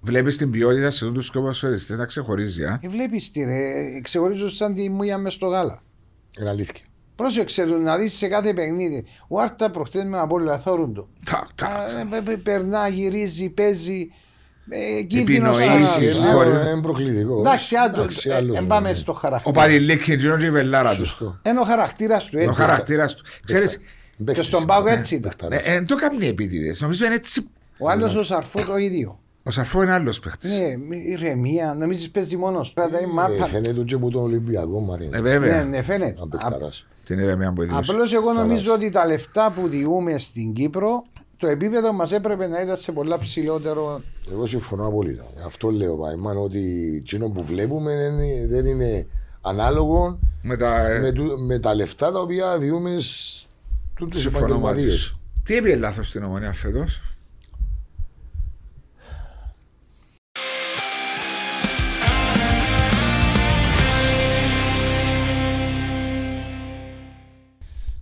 Βλέπεις την ποιότητα σε του σκοποσφαιριστέ να ξεχωρίζει. Α. Ε, Βλέπεις τι ρε, ξεχωρίζουν σαν τη μούια μες στο γάλα. Είναι αλήθεια. Πρόσεξε το να δεις σε κάθε παιχνίδι. Ο Άρτα προχτές με απόλυτα θόρουν το. Τακ, τακ. Α, ε, πε- Περνά, γυρίζει, παίζει. Ε, κίνδυνο Επινοήσεις, σαν- χωρίς- Ε, Είναι προκλητικό. Εντάξει, άντο. ε, Εντάξει, άλλος Δεν είναι. πάμε στο Ο χαρακτήρα. Παδηλίκη είναι και η βελάρα του. Σωστό. Ένα χαρακτήρας του Ο έτσι. χαρακτήρας του. Ξέρει, Και Παίχτης. στον ε, πάγο έτσι ήταν. Παιχταράς. δεν το κάνει επίτηδες. Νομίζω είναι έτσι. Ο άλλος ο Σαρφού το ίδιο. Ο Σαρφό είναι άλλος παίχτης. Ναι, μη- ηρεμία, νομίζεις παίζει μόνος. Κρατάει Ε, μάπα. Φαίνεται και από τον Ολυμπιακό Μαρίν. Ε, Ναι, βέβαια. ναι, φαίνεται. Αν παιχταράς. Την ηρεμία που έδειξε. Απλώς εγώ νομίζω ότι τα λεφτά που διούμε στην Κύπρο, το επίπεδο μας έπρεπε να ήταν σε πολλά ψηλότερο. Εγώ συμφωνώ απόλυτα. Αυτό λέω, Παϊμάν, ότι εκείνο που βλέπουμε δεν είναι- δεν είναι ανάλογο Με τα. ε, με, του- με τα λεφτά τα οποία διούμε στους Συμφωνώ μαζί επαγγελματίες. σου. Τι έπειε λάθος στην ομονία φέτος.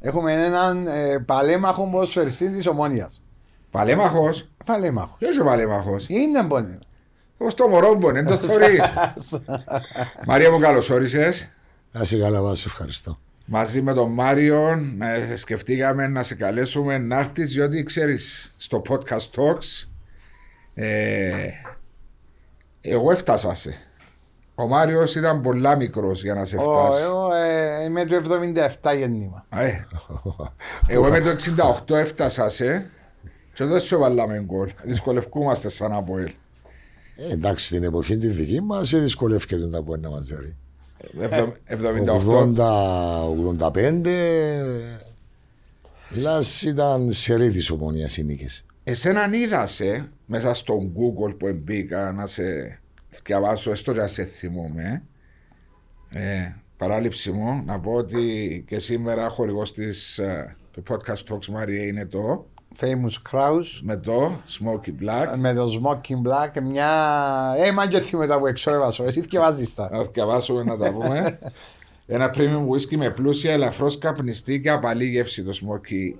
Έχουμε έναν ε, παλέμαχο ποδοσφαιριστή της Ομόνιας. Παλέμαχος. Παλέμαχος. Ποιος ο παλέμαχος. Είναι μπονιρ. Ω το μωρό μου, δεν το θεωρεί. Μαρία μου, καλώς όρισες. Να σε καλά, Βάση, ευχαριστώ. Μαζί με τον Μάριο ε, σκεφτήκαμε να σε καλέσουμε να έρθεις, διότι ξέρεις, στο podcast Talks ε, εγώ έφτασα σε. Ο Μάριος ήταν πολλά μικρός για να σε φτάσει. Εγώ ε, είμαι του 77 γεννήμα. Α, ε. Εγώ με το 68 έφτασα σε και δεν σου βάλαμε γκολ. Δυσκολευκούμαστε σαν από ελ. Ε, εντάξει, την εποχή τη δική μας ε, δυσκολεύεται να μπορεί να μα δει. 78. 80-85. Μιλά, ήταν σε ρήτη ομονίας οι νίκες. Εσέναν είδα σε μέσα στον Google που μπήκα να σε διαβάσω, έστω και να σε θυμούμε. Ε, παράληψη μου να πω ότι και σήμερα χορηγός της του podcast Talks Maria είναι το Famous Kraus. με το Smoky Black. με το Smoking Black, μια. Ε, μα και θυμότα που εξόρευασαι. Εσύ και βάζει τα. Να διαβάσουμε να τα πούμε. Ένα premium whisky με πλούσια, ελαφρώς καπνιστή και απαλή γεύση το Smoky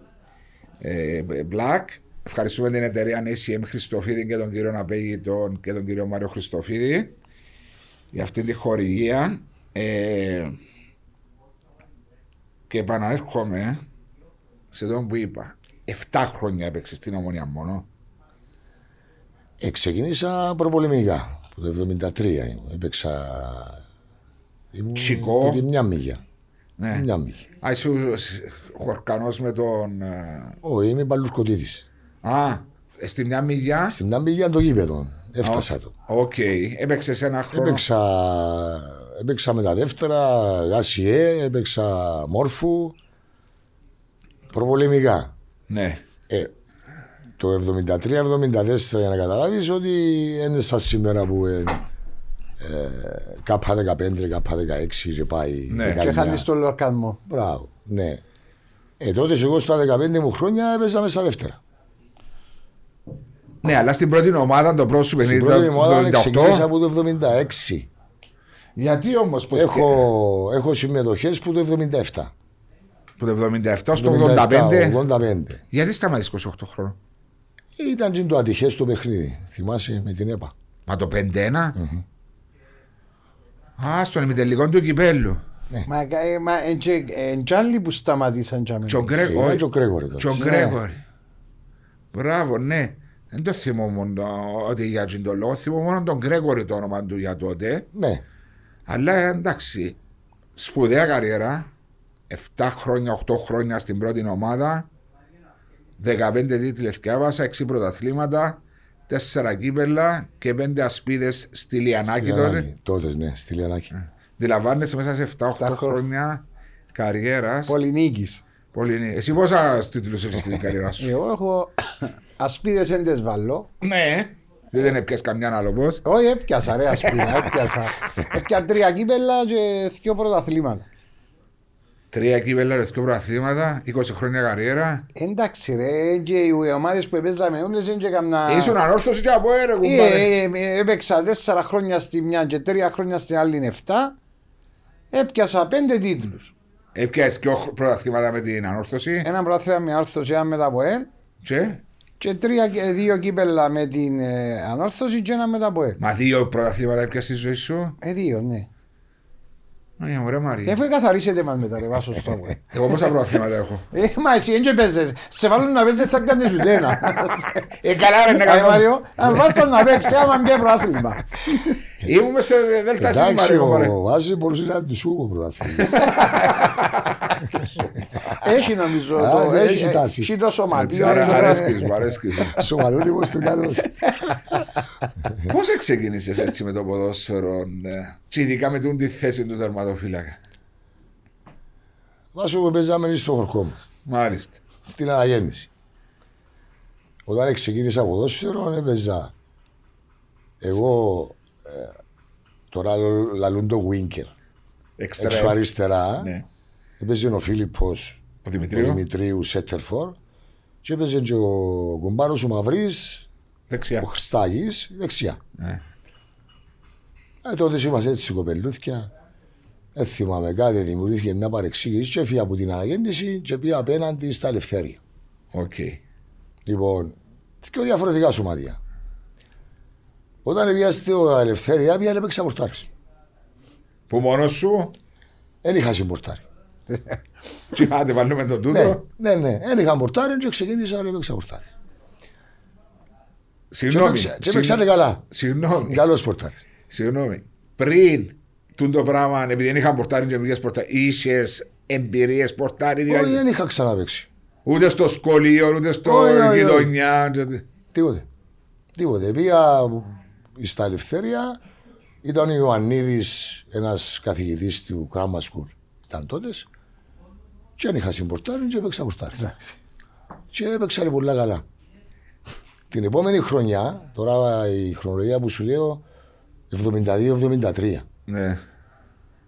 ε, Black. Ευχαριστούμε την εταιρεία ACM Χριστοφίδη και τον κύριο Ναπέγητον και τον κύριο Μάριο Χριστοφίδη για αυτή τη χορηγία. Ε, και επαναρχόμαι σε τον που είπα. 7 χρόνια έπαιξε στην ομονία μόνο. Ε, ξεκίνησα προπολεμικά. Το 1973 ήμουν. έπαιξα. Ήμουν Τσικό. από τη Μια μίγια. Ναι. Μια μίγια. Α, είσαι ο- ο Χορκανός με τον... ε, Ω, είμαι παλουσκοτήτη. Α, ε, στη μια μηγιά. Στην μια μίγια το γήπεδο. Έφτασα το. Οκ. Έπαιξες ένα χρόνο. Έπαιξα, έπαιξα με τα δεύτερα, γάσιε, έπαιξα μόρφου, προπολεμικά. Ναι. Ε, το 73-74 για να καταλάβεις ότι είναι σαν σήμερα που είναι ε, κάπα 15, κάπα 16 και πάει Ναι. 19. Και χάνεις το λορκασμό. Μπράβο, ναι. Ε, τότε εγώ στα 15 μου χρόνια έπαιζα μέσα στα δεύτερα. Ναι, αλλά στην πρώτη ομάδα το πρώτο σου Στην παιχνίδι πρώτη μου ήταν ομάδα το ξεκίνησα 78. από το 76. Γιατί όμως που Έχω, έχω συμμετοχές που το 77. Που το 77 στο 87, 85. 85. Γιατί σταμάτησες 28 χρόνων. Ήταν και το ατυχές το παιχνίδι. Θυμάσαι με την ΕΠΑ. Μα το 51. Α, στον ημιτελικό του κυπέλου. Μα, ε, μα εντζάλι που σταματήσαν τζαμί. Τσον Ε, Ήταν Γκρέγορη. και ο Κρέγορη τότε. Τσον Γκρέγορη. Μπράβο, ναι. Δεν το θυμόμουν το- ότι για τζιν το λόγο. Θυμόμουν μόνο τον Γκρέγορη το όνομα του για τότε. Ναι. Αλλά εντάξει, σπουδαία καριέρα. 7 χρόνια, 8 χρόνια στην πρώτη ομάδα. 15 τίτλες διάβασα, 6 πρωταθλήματα, 4 κύπελα και 5 ασπίδες στη Λιανάκη Στη τότε. Λιανάκη. Τότες, ναι, στη Λιανάκη. Αντιλαμβάνεσαι μέσα σε 7-8 χρόνια. χρόνια καριέρας. Πολυνίκης. Εσύ πόσα τίτλους έχεις στην καριέρα σου. Εγώ έχω ασπίδες δεν τι βάλω. ναι. Δεν δεν έπιασε καμιά άλλο πώς. Όχι, έπιασα ρε ασπίδα, έπιασα. Έπια τρία κύπελα και δύο πρωταθλήματα. Τρία κύπελα, δύο πρωταθλήματα, 20 χρόνια καριέρα. Εντάξει ρε, και οι ομάδες που έπαιζαμε όλες δεν και καμιά... Ήσουν ανόρθωση και από έργο. Ε, ε, ε, έπαιξα τέσσερα χρόνια στη μια και τρία χρόνια στην άλλη είναι εφτά. Έπιασα πέντε τίτλους. Έπιασες και πρωταθλήματα με την ανόρθωση. Ένα πρωτάθλημα με άρθρωση, ένα μετά από ελ. Και και τρία, και- δύο κύπελα με την ε, ανόρθωση και ένα με τα ΠΟΕ. Μα δύο πρωταθλήματα έπια στη ζωή σου. Ε, δύο, ναι. Ωραία, ωραία, Ε, Μαρία. Έφε καθαρίσετε μας μετά ρε βάσος στο ΠΟΕ. Εγώ πόσα πρωταθλήματα έχω. Ε, μα εσύ δεν και παίζες. Σε βάλουν να παίζεις θα πιάνεις ούτε ένα. Ε, καλά, ρε, να Ε, κάνω. Μάριο, αν βάλεις τον να παίξεις άμα μπει προάθλημα. Ήμουν σε δέλτα Εντάξει, σήμερα, ο Βάζη μπορούσε να του σούγω πρωταθλητή. Έχει νομίζω Α, το, δεν έχει, έχει τάσεις. έχει το σωματείο. Ναι, Άρα, αλλά- αρέσκεις μου, αρέσκεις μου. Σοβαρότυπο του καλός. Πώς ξεκίνησες έτσι με το ποδόσφαιρο ε, και ειδικά με τούν τη θέση του τερματοφύλακα. Μα σου παίζαμε στο χορκό μας. Μάλιστα. στην αναγέννηση. Όταν ξεκίνησα ποδόσφαιρο, έπαιζα. Εγώ ε, τώρα λαλούν το Winker. Έξω Εξτρέμ. αριστερά Ναι. έπαιζε ο Φίλιππος Ο ο Δημητρίου. Δημητρίου Σέτερφορ και έπαιζε και ο κουμπάρο ο Μαυρής, Δεξιά. ο Χριστάκη, δεξιά. Ναι. Ε, τότε είμαστε έτσι κοπελούθια. Ε, θυμάμαι κάτι, δημιουργήθηκε μια παρεξήγηση και έφυγα από την αναγέννηση και πήγα απέναντι στα Ελευθέρια. Οκ. Λοιπόν, και διαφορετικά σωματεία. Όταν βιάστηκε ο Ελευθέρια, πήγα να παίξει πορτάρι. Που μόνος σου. Δεν είχα συμπορτάρι. Τι άντε βάλουμε τον Ναι, τούτο. ναι, ναι. Δεν είχα πορτάρι και ξεκίνησα να παίξα πορτάρι. Και Συγγνώμη. παίξα- και συγγνώμη, παίξανε καλά. Συγγνώμη. Καλός πορτάρι. Συγγνώμη. Πριν τούν το πράγμα, επειδή δεν είχα πορτάρι και πήγες πορτάρι, είχες εμπειρίες πορτάρι Όχι, δηλαδή. δεν είχα ξαναπέξει. Ούτε στο σχολείο, ούτε στο Όχι, όχι, όχι. γειτονιά. ούτε- Τίποτε. Τίποτε. Πήγα στα Ελευθέρια. Ήταν ο Ιωαννίδης, ένας καθηγητής του Κράμα School. Ήταν τότες. Και αν είχα συμπορτάρει, και έπαιξα πορτάρι. Και έπαιξα πολλά καλά. Την επόμενη χρονιά, τώρα η χρονολογία που σου λέω, 72-73. Ναι.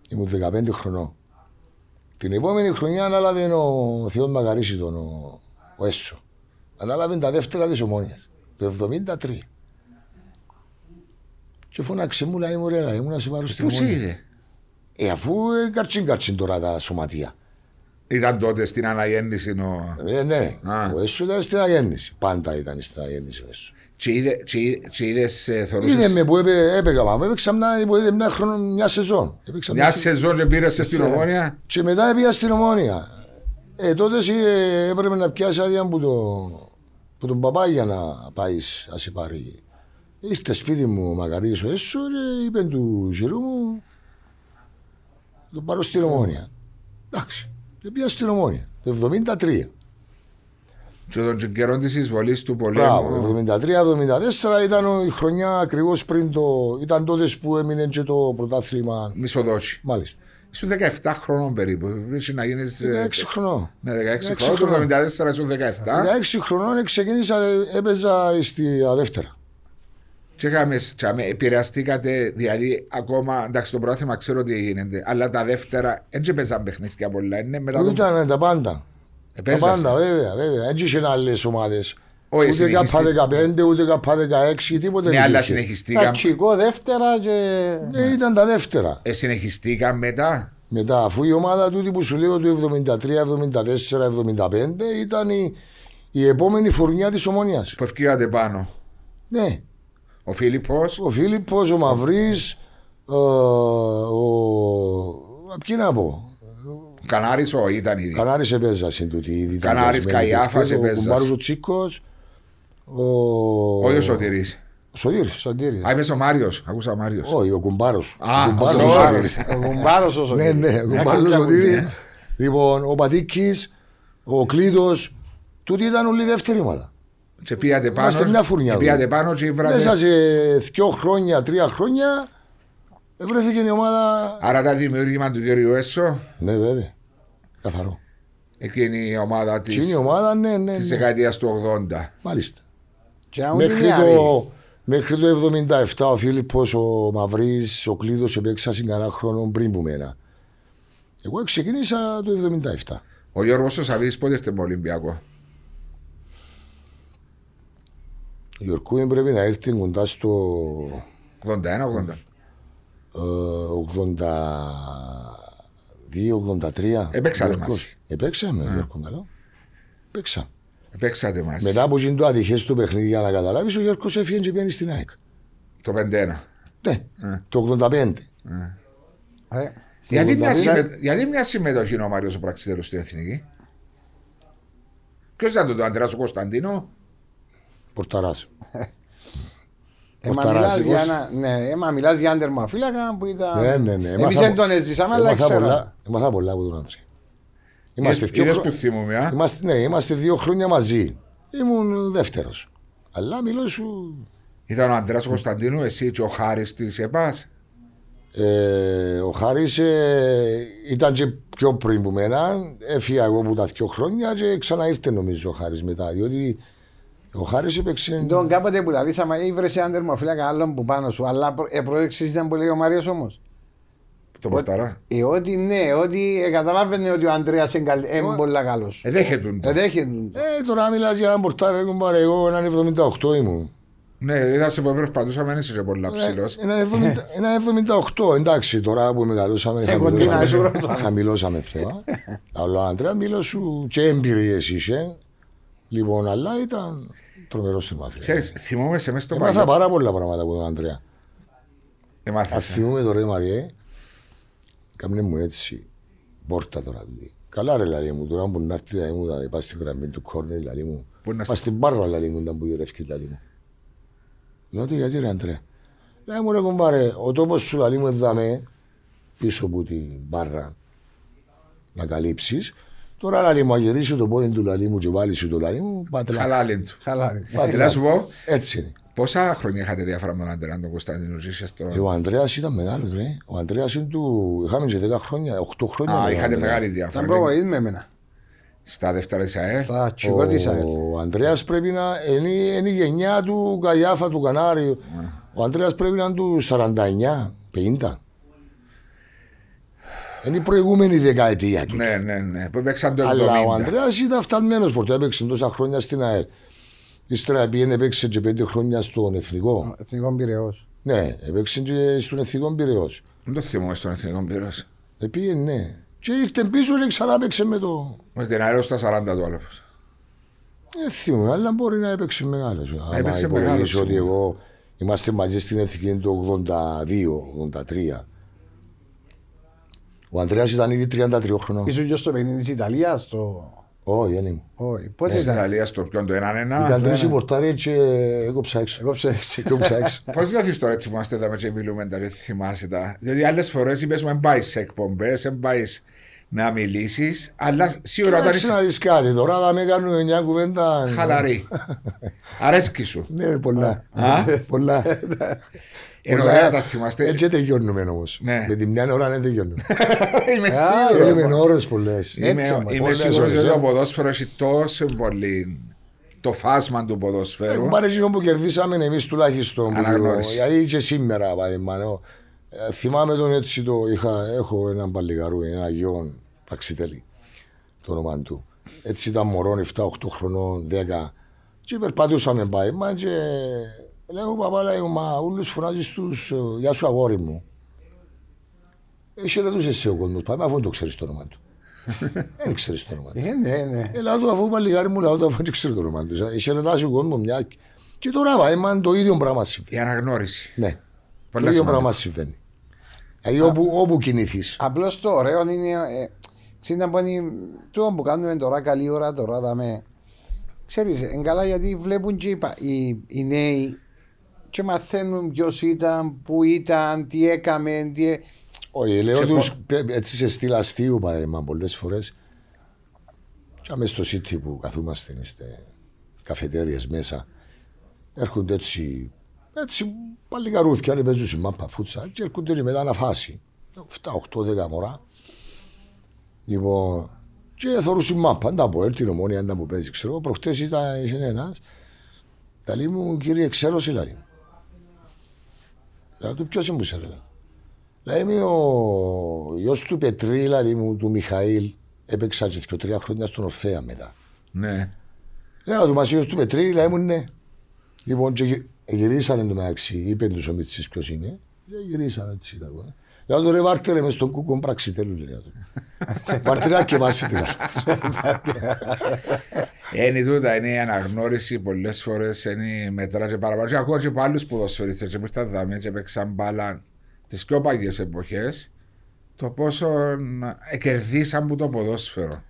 Ήμουν 15 χρονών. Την επόμενη χρονιά ανάλαβε ο Θεός Μακαρίσιτον, ο, ο Έσο. Ανάλαβε τα δεύτερα της ομόνιας. Το 73. Και φώναξε μου, λέει μου, ρε, λέει μου, να σε πάρω στη Πώς ομόνια. είδε. Ε, αφού ε, κατσίν κατσίν τώρα τα σωματεία. Ήταν τότε στην αναγέννηση. ο- Ε, ναι, Α. ο Έσος ήταν στην αγέννηση. Πάντα ήταν στην αγέννηση ο Έσος. Και είδε, και είδε, και είδες, ε, θεωρούσες- Είδε με που έπαι, έπαιξα, μα έπαιξα μια, που είδε μια, χρόνο, μια σεζόν. Έπαιξα Μια σεζόν και πήρες στην Σε- ομόνια. Και μετά πήγα στην Ομόνια. Ε, τότε ε, έπρεπε να πιάσεις άδεια που, το, που τον παπά για να πάεις να σε πάρει. Ήρθε σπίτι μου ο Μακαρίδης ο Έσο, ρε, είπε του γυρού μου, «Θα τον πάρω στην Ομόνια. Εντάξει, και πήγα στην Ομόνια, το 73. Και τον καιρό της εισβολής του πολέμου. Μπράβο, το 73-74 ήταν ο- η χρονιά ακριβώς πριν το. ήταν τότε που έμεινε και το πρωτάθλημα. Μισοδόση. Μάλιστα. Ήσουν 17 χρόνων περίπου. Πρέπει να γίνεις... ε, 16 χρονών. Ναι, 16 16 χρόνων. χρόνων. Το 74 ήσουν 17. 16 χρονών ξεκίνησα, ε, έπαιζα στη α, δεύτερα. Και είχαμε, τσάμε, επηρεαστήκατε, δηλαδή ακόμα, εντάξει το πρόθυμα ξέρω τι γίνεται, αλλά τα δεύτερα, έτσι παίζαν παιχνίδια πολλά, είναι μετά Που τον ήταν τα πάντα. Τα επέζασαν. πάντα, βέβαια, βέβαια. Δεν είχε άλλε ομάδες. Όχι, Ούτε συνεχιστή- κάπα 15, ούτε κάπα 16, τίποτα. Ναι, δεν αλλά είχε. συνεχιστήκαμε, Ναι. Ταξικό δεύτερα και... Ε, ήταν τα δεύτερα. ε, συνεχιστήκαμε μετά. Μετά, αφού η ομάδα τούτη που σου λέω του 73, 74, 75 ήταν η, η επόμενη φουρνιά της ομονίας. Που ευκήγατε πάνω. Ναι. Ο Φίλιππος, Ο Φίλιππος, ο Μαυρής, ε, ο... Ποιοι να πω, ο Κανάρης, ο ήταν ήδη. Κανάρης επέζα συν τούτη. ήδη ήταν Κανάρης, πιασμένοι Ναι. Καϊάφας παιχτές, επέζας. Ο Κουμπάρος ο Τσίκος, ο... Όχι ο Σωτηρής. Σωτήρης. Σωτήρι. Α, είπες ο Μάριος, άκουσα ο Μάριος. Όχι, ο Κουμπάρος. Α, ο Κουμπάρος ο sorry. Σωτήρης. Ο κουμπάρος ο Ναι, Σωτήρης. ναι, ο Μια Κουμπάρος ο κάποια Σωτήρης. γουλιά. Λοιπόν, ο Πατήκης, ο Κλήτος, τούτη ήταν όλη η δεύτερη ομάδα. Και πήγατε Είμαστε πάνω, μια φουρνιά, και πήγατε δηλαδή. πάνω και Μέσα βράδυ. σε δυο χρόνια, τρία χρόνια, βρέθηκε η ομάδα... Άρα τα δημιούργημα του κύριου Έσο, Ναι, βέβαια. Καθαρό. εκείνη η ομάδα Και είναι της, η ομάδα, ναι, ναι, της ναι. δεκαετίας του 80. Μάλιστα. Και αν ούτε Μέχρι νεαροί. το, μέχρι το 77 ο Φίλιππος, ο Μαυρής, ο Κλήδος επέξα συγκαρά χρόνο πριν που μένα. Εγώ ξεκίνησα το 77. Ο Γιώργος ο Σαββίδης πότε ήρθε με Ολυμπιακό. Ο Γιορκούιν πρέπει να έρθει κοντά στο 81-80. ε, 82-83. Επέξατε Ο Γιορκός. μαζί. Επέξαμε, ο Γιορκό, καλό. Επέξαμε. Παίξατε μαζί. Μετά από γίνει το ατυχές του παιχνίδι για να καταλάβεις, ο Γιώργος έφυγε και πήγαινε στην ΑΕΚ. Το 5-1. Ναι, Ε. το 85. Ε, Γιατί το μια, 85 συμμε... γιατί μια συμμετοχή είναι ο Μάριος ο Πραξιδέρο στην Εθνική. Ποιος ήταν το Αντρέα ο Κωνσταντίνο, Πορταράς. Ε, μα Πορταράς, μιλάς για εγώ- ένα- Ναι, ε, μα μιλάς για αντερματοφύλακα που ήταν... Ναι, ναι, ναι. Εμείς Έμαθα δεν πο- τον έζησαμε, αλλά έμαθα ξέρω. πολλά- Έμαθα πολλά από τον Άντρη. Είμαστε Είδες είδες δύο που θυμούμαι. α? Είμαστε, ναι, είμαστε δύο χρόνια μαζί. Ήμουν δεύτερος. Αλλά μιλώ σου. Ήταν ο Αντρέα ο Κωνσταντίνο, εσύ και ο Χάρης της ΕΠΑ. Ε, ο Χάρης ήταν και πιο πριν που μένα. Έφυγα εγώ που τα δύο χρόνια και ξαναήρθε νομίζω ο Χάρης μετά. Διότι ο Χάρης έπαιξε. Τον κάποτε που τα δείσαμε, ήβρεσε έναν τερματοφύλακα άλλον που πάνω σου, αλλά προ- ε, πρόσεξες ήταν που λέει ο Μάριος όμως. Το Πορταρά. Ε, ότι ναι, ότι ε, καταλάβαινε ότι ο Αντρέας είναι καλ- ε, πολύ καλός. Ε, δέχεται. Ε, δέχεται. Ε, τώρα μιλάς για έναν πορτάρι, εγώ μπαρε εγώ έναν 78 ήμουν. Ναι, είδα σε που περπατούσαμε, δεν είσαι και πολύ ψηλό. Ε, Έναν 70 έναν 78, εντάξει, τώρα που μεγαλώσαμε, Εγώ τι να σου χαμηλώσαμε, ρωτάω. χαμηλώσαμε θέμα. Αλλά ο Αντρέα μίλω σου και εμπειρίες είσαι. Λοιπόν, αλλά ήταν τρομερό στην μαφία. Ξέρεις, θυμόμαι σε μέσα στο ε. Έμαθα παλιό. πάρα πολλά πράγματα από τον Αντρέα. Ας Εμάθα. θυμούμε τώρα, Μαριέ, κάμνε μου έτσι, πόρτα τώρα. λέει. Καλά ρε λαλί μου, τώρα που να έρθει λαλί μου, θα πάει στη γραμμή του κόρνερ λαλί μου. Μπορεί να Μα στην πάρρα λαλί μου ήταν που γυρεύει λαλί μου. Λέω του γιατί ρε Αντρέα. Λέει μου ρε κομπάρε, ο τόπος σου λαλί μου εδάμε πίσω από την πάρρα να καλύψεις. Τώρα λαλί μου, αγυρίσει το πόδι του λαλί μου και βάλει σου το λαλί μου, πατρά. Χαλάλιν του. Καλά. ρε. Ε, Να σου πω, Έτσι είναι. πόσα χρόνια είχατε διάφορα με τον Αντρέα τον Κωνσταντίνο, ζήσε Ε, στο. Ο Ανδρέας ήταν μεγάλος, ρε. Ο Ανδρέας είναι του. Είχαμε και 10 χρόνια, 8 χρόνια. με Α, τον είχατε Ανδρέα. μεγάλη Ήταν διαφορά. προβοής με εμένα. Στα δεύτερα της ΑΕ. Στα τσιγότησα. ε. Ο Ανδρέας πρέπει να. Είναι, είναι η γενιά του Καγιάφα, του Κανάριου. Ο Ανδρέας πρέπει να είναι του 49, 50. Είναι η προηγούμενη δεκαετία του. Ναι, ναι, ναι. Που έπαιξαν το 70. Αλλά ο Ανδρέας ήταν φτανμένος που έπαιξε τόσα χρόνια στην ΑΕΛ. Ύστερα πήγαινε, έπαιξε και 5 χρόνια στον Εθνικό. ε, Εθνικό Πειραιός. Ναι, έπαιξε και στον Εθνικό Πυραιός. Δεν το θυμόμαι στον Εθνικό Πύρο. Επήγαινε, ναι. Και ήρθε πίσω και ξανά έπαιξε με το. Μας την αέρα στα 40 του άλλος. Δεν θυμούμαι, Ε, αλλά μπορεί να έπαιξε μεγάλος. έπαιξε μεγάλος, ότι σίγουρα. εγώ είμαστε μαζί στην Εθνική το 82-83. Ο Ανδρέας ήταν ήδη 33 χρονών. Ήσουν και στο παιχνίδι της Ιταλίας, το... Όχι, δεν ήμουν. Όχι, πότε Στην ήταν. Ιταλία στο ποιον το 1-1. Ήταν τρει ναι. οι πορτάρι και έκοψα έξω. Εγώ ψέξε. Έκοψα έξω. Πώς νιώθεις τώρα έτσι που είμαστε εδώ και μιλούμε, τα ρε, θυμάσαι τα. Διότι άλλες φορές είπες μου, δεν πάει σε εκπομπές, δεν πάει να μιλήσεις, αλλά σίγουρα όταν Κοίταξε είσαι να δεις κάτι τώρα, θα με κάνουμε μια κουβέντα. χαλαρή. Αρέσκει σου. Ναι, ρε, πολλά. Α. Πολλά. Είναι Πολλά. ωραία να τα θυμάστε. Έτσι δεν τελειώνουμε όμως. Ναι. Με τη μια ώρα δεν τελειώνουμε. Είμαι Α, σίγουρος. Θέλουμε ώρες πολλές. Είμαι, είμαι σίγουρο ε. ότι το ποδόσφαιρο έχει τόσο πολύ το φάσμα του ποδοσφαίρου. Εγώ πάρε εκείνο Ε, που κερδίσαμε εμείς τουλάχιστον. που Αναγνώριση. λίγο. Γιατί και σήμερα, παραδείγματο. Ε, θυμάμαι τον έτσι το είχα, έχω έναν παλιγαρού, ένα γιο Παξιτέλη, το όνομα του. Έτσι ήταν μωρόν 7-8 χρονών, 10. Και περπατούσαμε πάει, μα και λέω παπά, λέει, μα όλους φωνάζεις τους, ε, γεια σου αγόρι μου. Έχει ρωτούσε σε ο κόσμος, πάμε αφού δεν το ξέρεις το όνομα του. Δεν ξέρεις το όνομα του. Ε, ναι, ναι. Ελά του αφού παλιγάρι μου λαό του αφού δεν ξέρω το όνομα Ε, του. Είχε ρετάσει ο κόσμο μια. Και τώρα βάιμαν το ίδιο πράγμα συμβαίνει. Η αναγνώριση. Ναι, το Πολλά ίδιο σημαντικά. πράγμα συμβαίνει. Δηλαδή όπου, όπου κινηθείς. Απλώς το ωραίο είναι. Ε, ξέρεις να πω είναι τούτο που κάνουμε τώρα καλή ώρα τώρα δαμε. Ξέρεις, είναι καλά γιατί βλέπουν και οι, πα- οι, οι νέοι και μαθαίνουν ποιος ήταν, που ήταν, τι έκαμε, τι... ε- Όχι, λέω Και τους, πε- έτσι σε στυλ αστείου παραδείγμα πολλές φορές. Και αμέσω στο σίτι που καθούμαστε, είστε καφετέρειε μέσα. Έρχονται έτσι, έτσι παλιγαρούθια, ρε παίζουν στην μάπα φούτσα και έρχονται μετά να φάσει. 7-8-10 μωρά. Λοιπόν, και θεωρούσε μάπα, να πω, έρθει η ομόνια να μου παίζει. Ξέρω, εγώ, προχτές ήταν ένα. Τα λέει μου, κύριε, ξέρω σε λέει. μου. Λέω του, ποιος είναι που σε λέει. Λέει μου, ο γιος του Πετρή, λέει μου, του Μιχαήλ, έπαιξα και δυο τρία χρόνια στον Ορφέα μετά. Ναι. Λέω του, μας ο γιος του Πετρή, λέει μου, ναι. Λοιπόν, και γυ- γυρίσανε το μεταξύ, είπε τους ο Μιτσής ποιος είναι. Και γυρίσανε έτσι, τα εγώ. Λέω του ρε βάρτε ρε μες στον κουκκον πραξιτέλου λέω του. Βάρτε ρε και βάσει την άρτη. Είναι τούτα, είναι η αναγνώριση πολλές φορές, είναι μετρά και παραπάνω. Και ακόμα και από άλλου ποδοσφαιρίστε, και που τα δάμε, και παίξαν μπάλα τις πιο παλιέ εποχές, το πόσο κερδίσαν που το ποδόσφαιρο.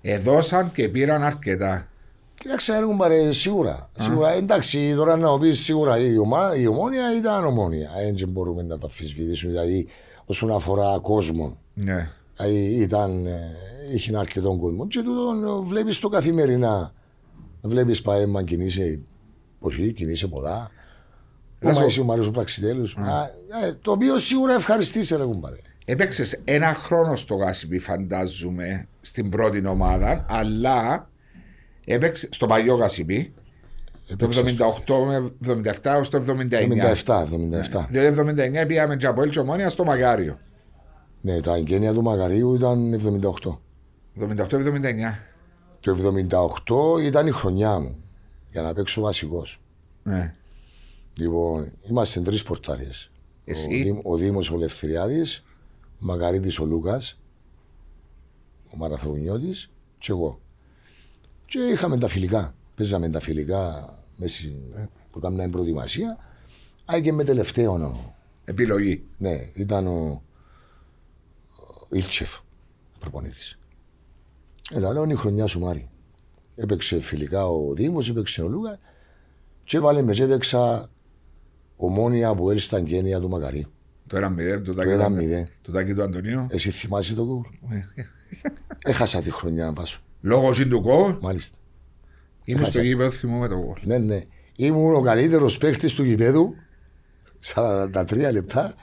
Εδώσαν και πήραν αρκετά. Κοίταξε έργο παρέ σίγουρα. Σίγουρα εντάξει, τώρα να μου πεις σίγουρα η, ομά, η ομόνια ήταν ομόνια. Έτσι μπορούμε να τα αφισβητήσουμε. Δηλαδή, όσον αφορά κόσμο, Ναι. δηλαδή, ήταν, ε, είχε αρκετό κόσμο. Και τούτο βλέπεις το καθημερινά. Βλέπεις παέμα κινείσαι ποσί, κινείσαι πολλά. Λες, Μα ο- είσαι ο Μαρίος ο Πραξιτέλους. Α, ε, Το οποίο σίγουρα ευχαριστήσει, ρε κουμπάρε. Έπαιξες ένα χρόνο στο Γάσιμπι, φαντάζομαι, στην πρώτη ομάδα, αλλά έπαιξε στο παλιό Γάσιμπι, το 78 με 77 έως το 79. 77, 77. Διότι 79 πήγαμε και από Έλτσο Ομόνια στο Μαγάριο. Ναι, τα εγγένεια του Μαγαρίου ήταν 78. 78-79. Το 78 ήταν η χρονιά μου για να παίξω βασικός. Ναι. Λοιπόν, είμαστε τρεις πορτάριε. Εσύ. Ο, Δήμ, ο Δήμος ο Λευθεριάδης, ο Μαγαρίτης ο Λούκας, ο Μαραθωνιώτης και εγώ. Και είχαμε τα φιλικά. Παίζαμε τα φιλικά μέσα που κάναμε την προετοιμασία. Άγιε και με τελευταίον ο- Επιλογή. ναι, ήταν ο ο Ιλτσεφ, προπονητής. Έλα, λέω, είναι η χρονιά σου, Μάρη. Έπαιξε φιλικά ο Δήμος, έπαιξε ο Λούκα και βάλε μες και έπαιξα ομόνια από έλσταν γένεια του Μακαρί. Το 1-0, το τάκι Το Ε. του 1-0. Αν- το τάκι του Αντωνίου. Ε, Εσύ θυμάσαι το κόλ. Έχασα τη χρονιά, βάσο. Λόγω συν του γκολ, Μάλιστα. είναι στο γήπεδο θυμούμε το γκολ. Ναι, ναι. Ήμουν ο καλύτερος παίχτη του γηπέδου. 43 λεπτά.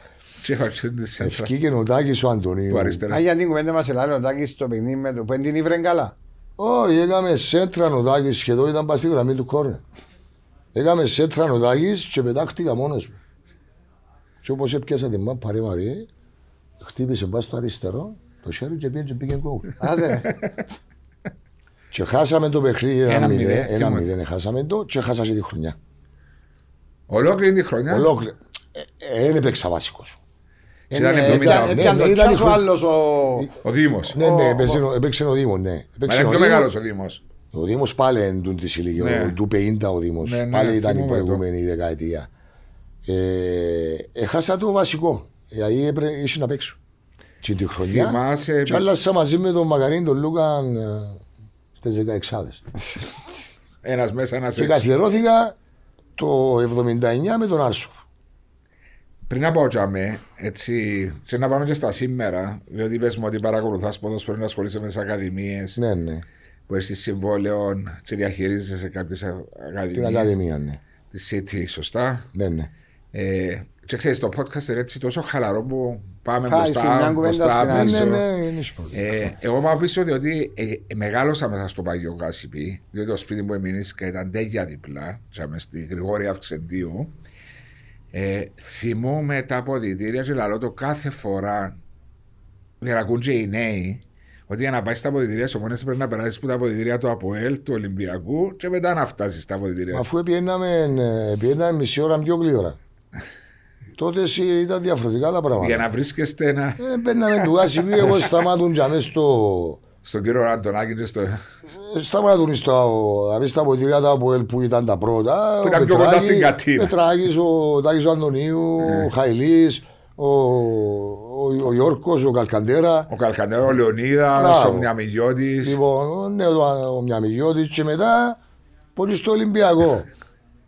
Και είχα συν τη σέντρα Ευκήκε ο Τάκης ο Αντωνίου. του αριστερά. Α, για την κουβέντα μας ελάλε ο Τάκης στο παιχνίδι με το που δεν την ήβρε καλά. Όχι, έκαμε σέντρα νοδάκη σχεδόν ήταν πα στη γραμμή του κόρνερ. Έκαμε σέντρα νοδάκη και πετάχτηκα μόνος μου. Και όπως έπιασα την μάπα, παρή μαρή, χτύπησε μπας στο αριστερό, το χέρι και πήγε και πήγε γκολ. Άντε, Και χάσαμε το παιχνίδι ένα Ένα-μηδέν, μηδέν, ένα θυμάμαι. μηδέν χάσαμε το και χάσα και τη χρονιά. Ολόκληρη τη χρονιά. Ολόκληρη. Δεν έπαιξα βασικό. Και ήταν Ε, ναι, 78. ήταν- έπιαν ναι, το ήταν η τσάς ο χρονιά. άλλος ο... Ο Δήμος. Ναι, ναι, έπαιξε ο- έπαιξε ο Δήμος, ναι. Μα Έπαιξε είναι ο πιο Δήμος. μεγάλος ο Δήμος. Ο Δήμος πάλι εντούν της ηλικίας, Ναι. ο- του 50 ο Δήμος. Ναι, ναι, πάλι ήταν η θυμούμαι το. προηγούμενη δεκαετία. Ε, έχασα το βασικό. Γιατί έπρεπε ίσως να παίξω. Και τη χρονιά. Θυμάσαι- Και άλλασα μαζί με τον Μακαρίν τον Λούκαν ε, τις 16 Ένας μέσα, ένας Και έξω. καθιερώθηκα το 79 με τον Άρσοφ. Πριν από τζαμέ, έτσι, και να πάμε και στα σήμερα, διότι πες μου ότι παρακολουθάς ποδοσφαιρό να ασχολείσαι με τις ακαδημίες, Ναι, ναι. που έχεις συμβόλαιο και διαχειρίζεσαι κάποιες α- Την ακαδημίες, Ακαδημία, ναι. τη City, σωστά. ναι, ναι. Ε, και ξέρεις, το podcast είναι έτσι τόσο χαλαρό που πάμε Πάει στην μια μπροστά, κουβέντα στην μπροστά, άλλη. Ναι, ναι, πίσω. ναι, είναι σημαντικό. Ε, εγώ πάω πίσω διότι ε, ε, μεγάλωσα μέσα στο Παγιό Γάσιπι, διότι το σπίτι μου εμεινήσκα ήταν τέγια διπλά, τσάμε στη Γρηγόρη Αυξεντίου. Ε, θυμούμαι τα αποδητήρια και λαλώ το κάθε φορά για να ακούν και οι νέοι ότι για να πάεις στα αποδητήρια σου μόνες πρέπει να περάσεις που τα αποδητήρια του ΑΠΟΕΛ, του Ολυμπιακού και μετά να φτάσεις στα αποδητήρια. Αφού πιέναμε μισή ώρα, πιο γλυόρα. ώρα. Τότε ήταν διαφορετικά τα πράγματα. Για να βρίσκεστε ένα... Ε, μπαίναμε του γάσιμπι, εγώ σταμάτουν για μέσα στο... ε, στον κύριο Αντωνάκη και στο... Σταμάτουν στο... Δηλαδή στα ποτηριά τα Αποέλ που ήταν τα πρώτα. Που ήταν ο πιο κοντά Πετράκη- στην κατίνα. Ε. Πετράκης, ο Τάκης ο Αντωνίου, ο Χαηλής, ο, ο, ο Γιώργος, ο Καλκαντέρα. Ο Καλκανέρο, ο Λεωνίδα, Μπράβο. ο Μιαμιλιώτης. Λοιπόν, ναι, ο, ο Μιαμιγιώτης και μετά πολύ στο Ολυμπιακό.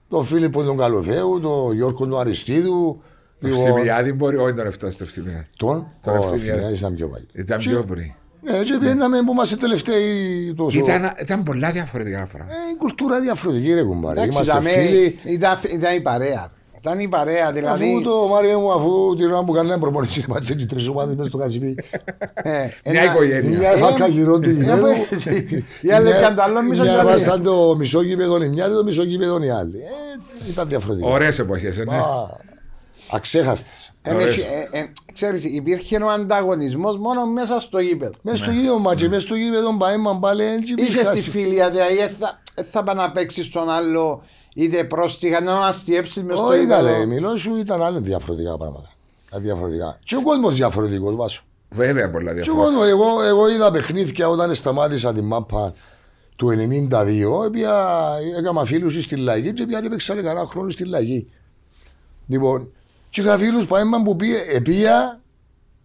τον Φίλιππο τον Καλοθέου, τον Γιώργο τον Αριστίδου. Λοιπόν, Ευθυμιάδη μπορεί, όχι τον εφτάσει το Ευθυμιάδη. τον, Τον ο Ευθυμιάδη. Ευθυμιάδης ήταν πιο παλιό. Ήταν Και- πιο πριν. Ναι, και πιέναμε που είμαστε τελευταίοι τόσο. Ήταν, ήταν πολλά διαφορετικά πράγματα. Ε, η κουλτούρα διαφορετική ρε κουμπάρε. Εντάξει, Είμαστε δαμέ, φίλοι. ήταν- Ήταν η παρέα. Ήταν η παρέα, Αφού δηλαδή... το Μάριε μου, αφού την ώρα μου κάνει ένα προπονητή, είμαστε έτσι τρεις ομάδες μέσα στο Κασιπί. ε, Μια ένα- οικογένεια. Μια φάκα γυρών του γηπέδου. ε, η άλλη έκανε το άλλο μισό Μια γυαλί. βάσταν το μισό γήπεδο η μια, το μισό γήπεδο η άλλη. Έτσι ήταν διαφορετικό. Ωραίες εποχές, ναι. Αξέχαστες. Ε, Ωραίος. ε, ε, ε, Ξέρεις, υπήρχε ο ανταγωνισμός μόνο μέσα στο γήπεδο. Μες στο γήπεδο μα και μες στο γήπεδο παέμαν πάλι έτσι. Είχε πήγες τη χάσει. φίλια, δηλαδή ε, θα, ε, θα πάει να παίξεις τον άλλο, είτε πρόστιχα να αστιέψει μες στο Όχι γήπεδο. καλέ, μιλώ σου ήταν άλλα διαφορετικά πράγματα. τα διαφορετικά. Και ο κόσμος διαφορετικός, βάσο. Βέβαια πολλά Και ο διαφορά. κόσμος, εγώ, εγώ είδα παιχνίδια όταν σταμάτησα τη μάπα του 92, έπια, έκανα φίλους στη Λαγή και πια έπαιξα καλά χρόνο στη Λαγή. Λοιπόν, και είχα φίλους που που πήγε, επία,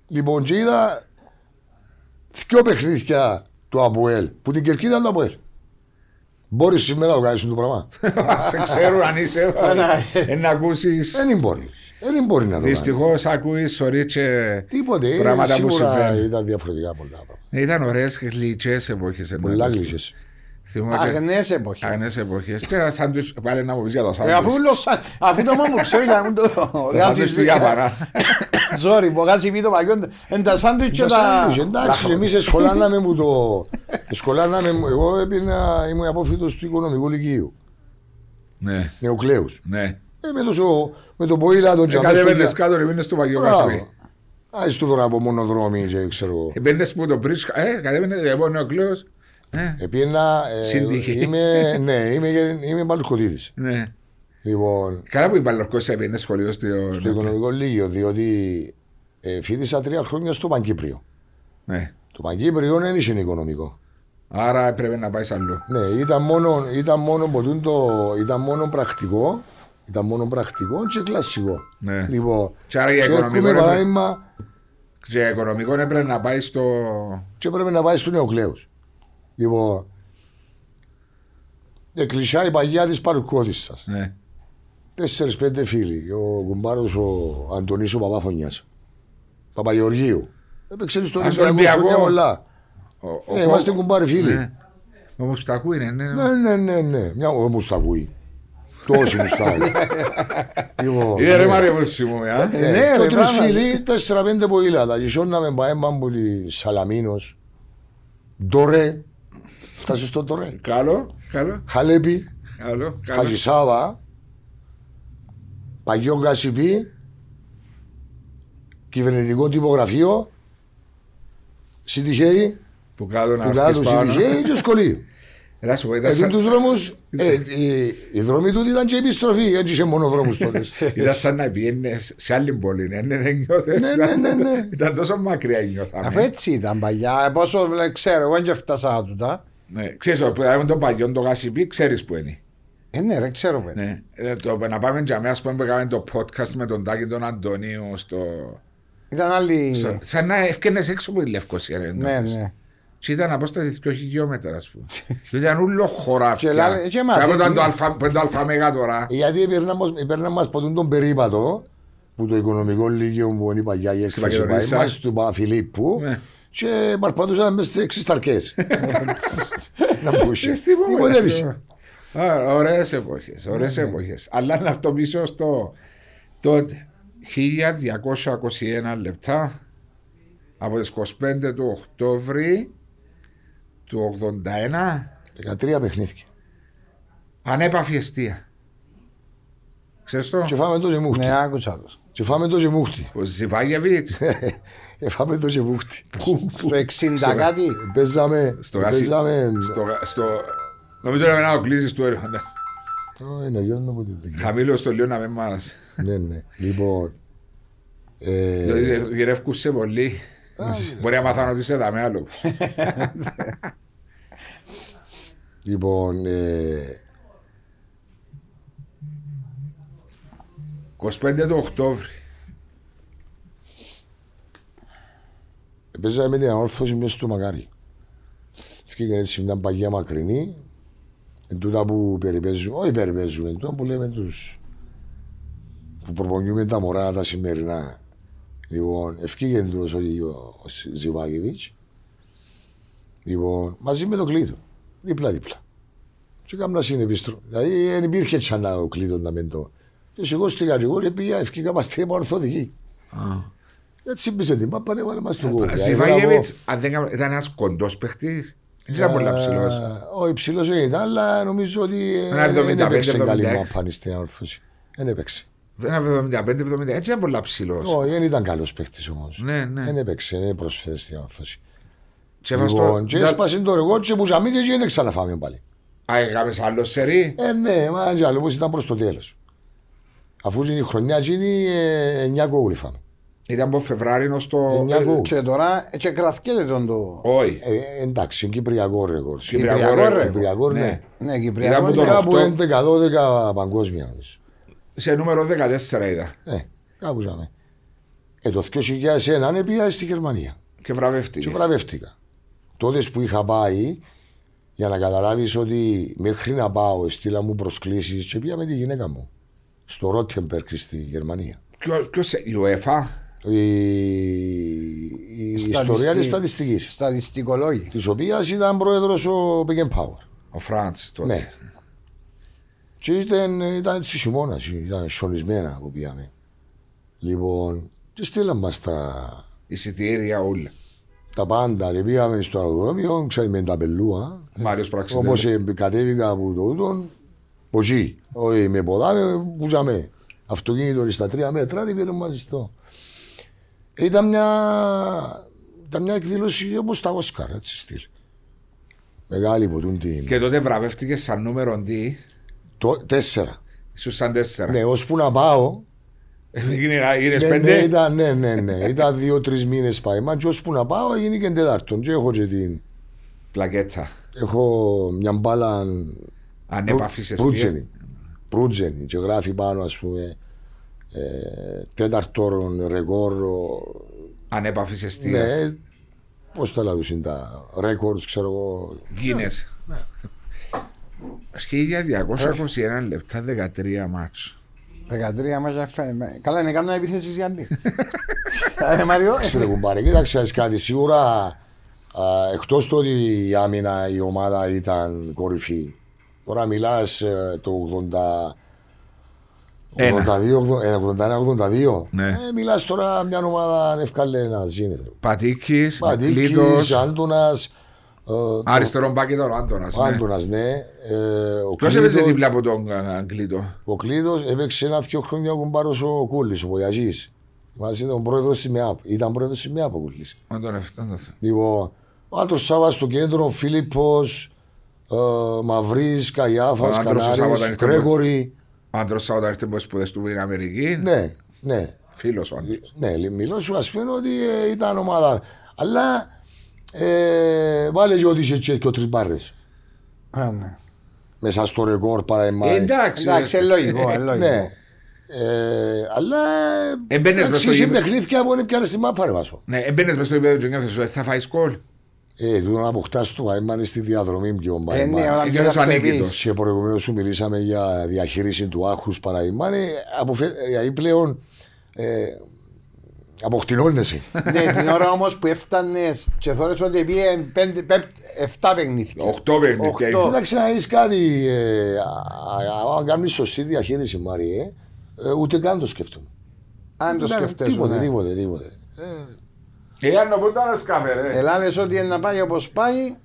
λοιπόν, και είδα δυο παιχνίδια του Αποέλ, που την κερκίδα ήταν του Αποέλ. Μπορείς σήμερα να το κάνει το πράγμα. Σε ξέρουν αν είσαι. ναι. ε, Να ακούσεις. Δεν μπορείς. Δεν μπορεί να το κάνεις. Δυστυχώς ακούεις σωρίτσε. Τίποτε. ε, Πράγματα που σίγουρα συμβαίνουν. ήταν διαφορετικά πολλά πράγματα. Ε, Ήταν ωραίες γλυκές εποχές. Πολλά γλυκές. ναι. Αγνέ εποχέ. Αγνέ εποχές. Και σάντουιτ, πάλι να μου πεις για το Ε, αφού, σάντουιτ. λέω σαν- αφού το μόνο μου ξέρει να μην το δω. Το σάντουιτ του Γιάβαρα. Ζόρι, μου γάζει πει το παγιόν. Εν τα σάντουιτ και Το τα... σάντουιτς, Εντάξει, εμείς σχολάναμε μου το. σχολάναμε μου. Εγώ έπαιρνα, ήμουν απόφυτο του οικονομικού λυκείου. Ναι, Νεοκλέους. ναι. Ε, με, το, σο- με τον Ποήλα, τον Ε, Τζαμπέ. Κάτι στον παίρνε Δια- κάτω, ρε, μείνες στο παγιό Μπράβο. Κασπί. Άιστο τώρα από μονοδρόμι, και ξέρω εγώ. Ε, Μπαίνε που το βρίσκα. Ε, κατέβαινε, εγώ νεοκλέος. Ε, Επίνα. ε, Συντύχη. είμαι, ναι, είμαι, γεν- είμαι Παλκωτήδης. ναι. Λοιπόν, Καλά που είπα λευκό σε είναι σχολείο στο. στο οικονομικό λύγιο, διότι ε, φοιτήσα τρία χρόνια στο Παγκύπριο. Ναι. Το Παγκύπριο δεν είχε οικονομικό. Άρα έπρεπε να πάει αλλού. Ναι, ήταν μόνο, ήταν μόνο, ποτούν το, ήταν μόνο πρακτικό. Ήταν μόνο πρακτικό και κλασικό. Ναι. Λοιπόν, Και άρα για και οικονομικό έρχομαι έπρεπε- παράδειγμα Και οικονομικό έπρεπε να πάει στο. και πρέπει να πάει στο νεοκλέους. Λοιπόν, εκκλησιά η παγιά της παρουκότητας. Ναι. Τέσσερις-πέντε φίλοι. Ο κουμπάρος ο Αντωνής ο Παπαφωνιάς. Ναι. Παπαγεωργίου. Ε, Έπαιξε στον Α, στον Ολυμπιακό Ολυμπιακό. χρόνια πολλά. Ο- ο- Ε, είμαστε ο- κουμπάροι φίλοι. Ναι. Ο Μουστακού είναι, ναι. Ναι, ναι, ναι, ναι. Μια ο Μουσταγούη. Τόση Μουσταγούη. Λοιπόν, Είδε Ε, ρε ναι. Μάριο Μουσιμού, ε. Ε, ναι, Ναι, ρε, το τρεις πράγματι. φίλοι, τέσσερα πέντε ποήλατα. Γυσόναμε παέμπαν που ε, Σαλαμίνος, Ντορέ, φτάσε στο Ντορέ, Καλό, καλό, Χαλέπι, καλό. καλό. Χατζησάβα, Παγιό Γκασιπί, Κυβερνητικό Τυπογραφείο, Συντυχέη, Που κάτω να του Λάδου φτιάξει πάνω. Συντυχέη και Σκολίου. Ελά σου πω, ήταν Επειδή σαν- τους δρόμους, ε, οι- οι δρόμοι του ήταν και επιστροφή, έτσι είχε μόνο δρόμους τότε. ήταν σαν να πιένες σε άλλη πόλη, ναι, ναι, ναι, νιώθες. Ναι, ναι, ναι, ναι. Ήταν τόσο μακριά νιώθαμε. Αφού έτσι ήταν παλιά, ε, πόσο βλέ- ξέρω, εγώ δεν φτάσα τούτα. Ναι. Ξέρεις, όπου ήταν το παλιό, το γασιμπί, ξέρεις που είναι. Ε, ναι, ρε, ξέρω παιδί. Ναι. Ε, το, να πάμε για μένα, ας πούμε, που έκαμε το podcast με τον Τάκη τον Αντωνίου στο... Ήταν άλλη... στο- Σαν να ευκαινες έξω από τη Λευκοσία, ρε, Ναι, νιώθες. ναι. Και ήταν απόσταση 2 χιλιόμετρα, ας πούμε. Και ήταν όλο χωράφια. Και λάλε- και Ναι. μας, Και έτσι. ήταν το αλφα- που είναι το αλφαμέγα τώρα. Γιατί έπαιρνα μας ποτούν τον περίπατο που το οικονομικό λίγιο μου είναι η παγιά η έκθεση Μακεδονία. πάει μας του Παφιλίππου Ναι. και παρπατούσαμε μέσα στις εξισταρκές. Να πούσε. Εσύ μου ε. Τίποτε μιλάς. έτσι. Α, Ωραίες εποχές, ωραίες Ναι, εποχές. Αλλά να το πίσω στο τότε 1221 λεπτά από τις 25 του Οκτώβρη του 81 13 παιχνίδια. ανέπαφη αιστεία. Ξέρεις το, Και φάμε το ζεμούχτη. Ναι, άκουσα το. Και φάμε το ζεμούχτη. ο Ζιβάγεβιτς Και φάμε το ζεμούχτη. Στο 60 κάτι. Παίζαμε, στο γασί, παίζαμε... στο, γα- στο, νομίζω να μην κλείσει του έργου. ναι. Ω, ένα γιώνο από την τέχνη. Χαμήλω στο λίγο να μην μας Ναι, ναι. Λοιπόν... ε, Δηλαδή, Γυρεύκουσε πολύ. Μπορεί να μάθανε ότι είσαι δαμέ άλλο. Λοιπόν... ε, 25 του Οκτώβρη. Παίζαμε με την ανόρθωση μέσα στο μακάρι. Φύγε έτσι μια παγιά μακρινή. Εν τούτα που περιπέζουμε, όχι περιπέζουμε, εν τούτα που λέμε τους που προπονιούμε τα μωρά τα σημερινά. Λοιπόν, ευκήγε εντός ο, ο Ζιβάκεβιτς. Λοιπόν, μαζί με τον Κλείδο. Δίπλα-δίπλα. Και κάμνα συνεπίστρο. Δηλαδή, δεν υπήρχε ξανά ο Κλείδος να μην το. Και σηκώστηκα εγώ και πήγα, ευκήκα μας τρίμα ορθωτική. Έτσι μπήσε την μάπα, έβαλε μας το κόμπι. Σιβάγεβιτς, αν δεν κάνω- ήταν ένας κοντός παίχτης. Δεν ήταν πολύ ψηλός. Ε, Ο υψηλός δεν ήταν, αλλά νομίζω ότι ε, Ένα δεν 75, έπαιξε καλή 76. εμφάνιση στην ανόρθωση. Δεν έπαιξε. Ένα 75-70, έτσι ήταν πολύ ψηλός. Όχι, δεν ήταν καλός παίχτης όμως. Ναι, ναι. Δεν έπαιξε, δεν προσφέρει στην ανόρθωση. Και Λοιπόν, βαστό. και έσπασε το ρεγό και που ζαμίδε και δεν ξαναφάμε πάλι. Α, έκαμε άλλο σερί. Ε, ναι, μα έτσι άλλο, πως ήταν προς το τέλος. Αφού γίνει η χρονιά, γίνει ε, 9 γκολ φάμε. Ήταν από Φεβράριο ως το. Εννιά Κυπριακού. Και τώρα, ε, και κραυκέται τον το. Όχι. Ε, εντάξει, Κυπριακό ρεκόρ. Κυπριακό Κυπριακό ρεκόρ. Κυπριακό, ναι. Ναι. Ναι, Ήταν Κυπριακό. που είναι. τον Κάπου- Κάπου αυτό- 11-12 παγκόσμια. Σε νούμερο 14 είδα. Ε, κάπου ζάμε. Ε, το 2001 πήγα στη Γερμανία. Και βραβεύτηκες. Και βραβεύτηκα. Τότε που είχα πάει, για να καταλάβεις ότι μέχρι να πάω, στείλα μου προσκλήσεις και πήγα με τη γυναίκα μου στο Ρότεμπερκ στη Γερμανία. Ποιο η UEFA. Η, η ιστορία της στατιστικής, Στατιστικολόγοι. της οποίας ήταν πρόεδρος ο Μπέγκεν Πάουερ. Ο Φραντ τότε. Ναι. Και ήταν, ήταν έτσι χειμώνας, ήταν σιωνισμένα που πήγαμε. Λοιπόν, και στείλαμε μας τα, Εισιτήρια όλα. τα πάντα. ρε. Πήγαμε στο αεροδρόμιο, ξέρετε με τα πελούα. Μάριος Πραξιδέλη. Όπω κατέβηκα από το ούτον, ποζί. Όχι, με ποδάμε, πουζαμε. Αυτοκίνητο στα τρία μέτρα, ρε, πήρε μαζί στο. Ε, Ήταν μια, ήταν μια εκδήλωση όπως τα Όσκαρ, έτσι στυλ. Μεγάλη που τούν την. Και τότε βραβεύτηκες σαν νούμερο D Το, τέσσερα. στου σαν 4. Ναι, ώσπου να πάω, Γύρε Ναι, ναι, 5. ήταν, ναι, ναι, ναι. ήταν δύο-τρει μήνες πάει. Μα και ώσπου να πάω, έγινε και τετάρτον. Και έχω, και την, Πλακέτα. έχω μια μπάλα Ανέπαφη σε προύτζενη. Προύτζενη. Και γράφει πάνω, ας πούμε, ε, τέταρτον ρεκόρ. ο- Ανέπαφη Ναι, εστία. πώ τα λέω είναι τα ρεκόρ, ξέρω εγώ. Γκίνε. Ναι, 1221 λεπτά 13 μάτς. 13 μέσα. φε- με- Καλά, είναι καμιά επιθέσεις για άλλη. Ε, Μαριό. Ξέρε κουμπάρε, κοίταξε ας κάτι. Σίγουρα εκτό του ότι η άμυνα η ομάδα ήταν κορυφή. Τώρα μιλάς το 80. Ένα. 81-82. Ναι. Ε, Μιλάς τώρα μια ομάδα αν ευκάλε ένα ζήνετρο. Πατήκης, Πατήκης, Νακλήτο, Άντονα. αριστερό μπάκι ήταν ο Άντονα. Άντονα, ε, ναι. Ε, ο Ποιος Κλήτος- έπαιζε δίπλα από τον Αγγλίτο. Ο Κλήτο έπαιξε ένα-δυο χρόνια κουμπάρος ο Κούλης, ο Βοιαζής. Μαζί ήταν πρόεδρο της ΜΕΑΠ. Ήταν πρόεδρος της ΜΕΑΠ ο Κούλης. Μα τον έφτανε. Λοιπόν, ο Άντρο Σάβα στο κέντρο, ο Φίλιππος, ε, Μαυρής, Ο Καγιάφα, Άντρος ο Σάββας ήταν Κανάρης, Κρέγορη. Άντρο Σάουντα έρθει από σπουδές του στην Αμερική. Ναι, ναι. Φίλος ο Άντρος. Ναι, λι- μιλώ σου, ας φαίνω ότι ε, ήταν ομάδα. Αλλά ε, βάλε και ότι είσαι και, και ο τρεις μπάρες. Α, ναι. Μέσα στο ρεκόρ παραεμάει. Εντάξει. Εντάξει, ε, λογικό, ε, Ναι. λογικό. Ε, αλλά Εμπαίνες μες Ε, στο εσύ γήπεδο. παιχνίδια που είναι πια στη μάπα ρε βάσο. Ναι, έμπαινε με στο επίπεδο του νιώθεις ότι θα φάει κόλ. Ε, του να αποκτάς το Παϊμάν στη διαδρομή πιο Ε, Παϊμάν. ναι, αλλά είναι πιο ένας ταυτοεπής. ανίκητος. Και προηγουμένως σου μιλήσαμε για διαχείριση του άρχους Παραϊμάν. Ε, αποφε... ε, ή πλέον ε, αποκτηνώνεσαι. Ναι, την ώρα όμως που έφτανες και θόρες ότι πήγε πέντε- πέπ- εφτά παιχνίδια. Οχτώ παιχνίδια. Οχτώ. είχε. Κοίταξε να δει κάτι. ε, α- α- Αν κάνεις σωστή διαχείριση, Μαριέ, ε, ούτε καν το σκέφτομαι. Αν το Ναι, σκεφτέσαι. Τίποτε, ναι. τίποτε, τίποτε. Ε, αν όπου ήταν σκάφε, ρε. Ελά, λες ότι είναι να πάει όπως πάει.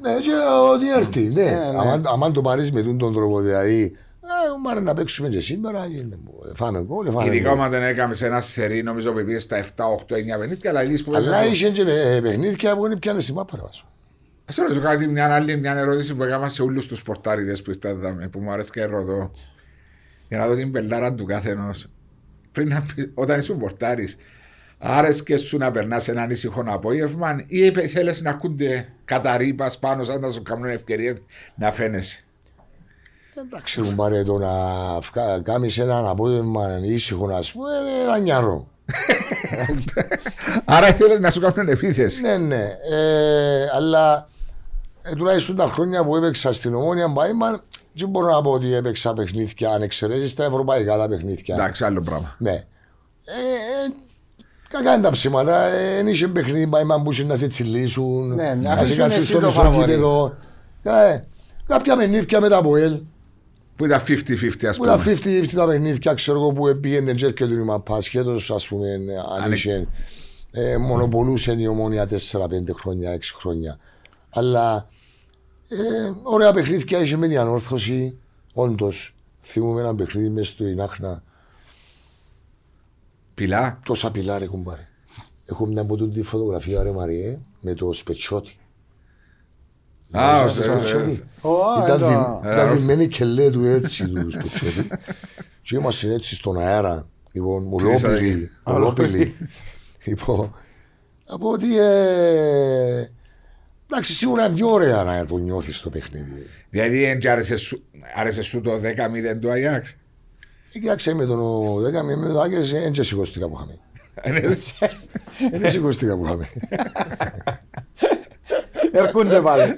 Ναι, και ότι έρθει, Ε, ναι. Ναι, ναι. Αμάν- Αμάν το πάρει με τούτον τον τρόπο, δηλαδή. ε, Μάρα να παίξουμε και σήμερα. είναι, ε, Φάμε γκολ, ε, φάμε Ειδικά γκολ. όταν έκαμες σε ένα σερί, νομίζω ότι πήγες στα 7, 8, 9 παιχνίδια, αλλά λύσεις που Αλλά δεν είχε και παι- παιχνίδια που είναι πια στη μάπα. ρε, βάσο. Σε ρωτήσω κάτι, μια άλλη μια ερώτηση που έκανα σε όλους τους πορτάριδες που ήρθαν εδώ, που μου αρέσει και ρωτώ. Για να δω την πελάρα του καθενός. Πριν να πει, όταν ήσουν πορτάρι, άρεσκε σου να περνάς ένα ανήσυχο απόγευμα ή θέλεις να ακούνται καταρρύπας πάνω σαν να σου κάνουν ευκαιρίες να φαίνεσαι. Ε, Εντάξει, μου πάρε το να κάνει ένα απόγευμα ήσυχο, να σου πούμε, ε, ένα νιάρο. Άρα θέλεις να σου κάνουν επίθεση. Ναι, ναι. Ε, αλλά ε, τουλάχιστον τα χρόνια που έπαιξα στην Ομόνια Μπάιμαν, δεν μπορώ να πω ότι έπαιξα παιχνίδια αν εξαιρέσεις τα ευρωπαϊκά τα παιχνίδια. Εντάξει, άλλο πράγμα. Ναι. Ε, ε, κακά είναι τα ψήματα. Δεν είχε παιχνίδι Μπάιμαν που είχε να σε τσιλίσουν, Ναι, ναι, να σε αφήσουν κάτσουν εσύ στο το μισό φαβορί. γήπεδο. Ε, κάποια παιχνίδια μετά από ελ. Που ήταν 50-50, ας Που τα πούμε. 50-50 τα παιχνίδια, ξέρω εγώ, που πήγαινε τζερ και του Ιμαπά, σχέτως, ας πούμε, ναι, αν Αν- είχε ε, μονοπολούσε η ομόνια 4-5 χρόνια, 6 χρόνια. Αλλά ε, ωραία παιχνίδια είχε με την ανόρθωση, όντως. Θυμούμαι ένα παιχνίδι μέσα στο Ινάχνα, Πιλά. τόσα πιλά ρε κουμπάρε. Έχω μια από τούτη φωτογραφία ρε Μαριέ, με το Σπετσότη. Α, ο Ήταν Σπετσότη. Ω, Ήταν εδώ. δι- Ε, Ήταν δυμμένη κελέ του έτσι του Σπετσότη. Και ήμασταν έτσι στον αέρα. Λοιπόν, Κλείσατε. μουλόπιλη. Μουλόπιλη. λοιπόν, από ότι. ε, εντάξει, σίγουρα είναι πιο ωραία να το νιώθεις το παιχνίδι. Δηλαδή, εν και άρεσε σου- άρεσε σου το 10-0 του Αγιάξ. Ε, Κοιτάξτε με τον ο- δέκαμι, με τον Άγιος, ε, δεν και σηκώστηκα που είχαμε. Δεν σηκώστηκα που είχαμε. Έρχονται πάλι.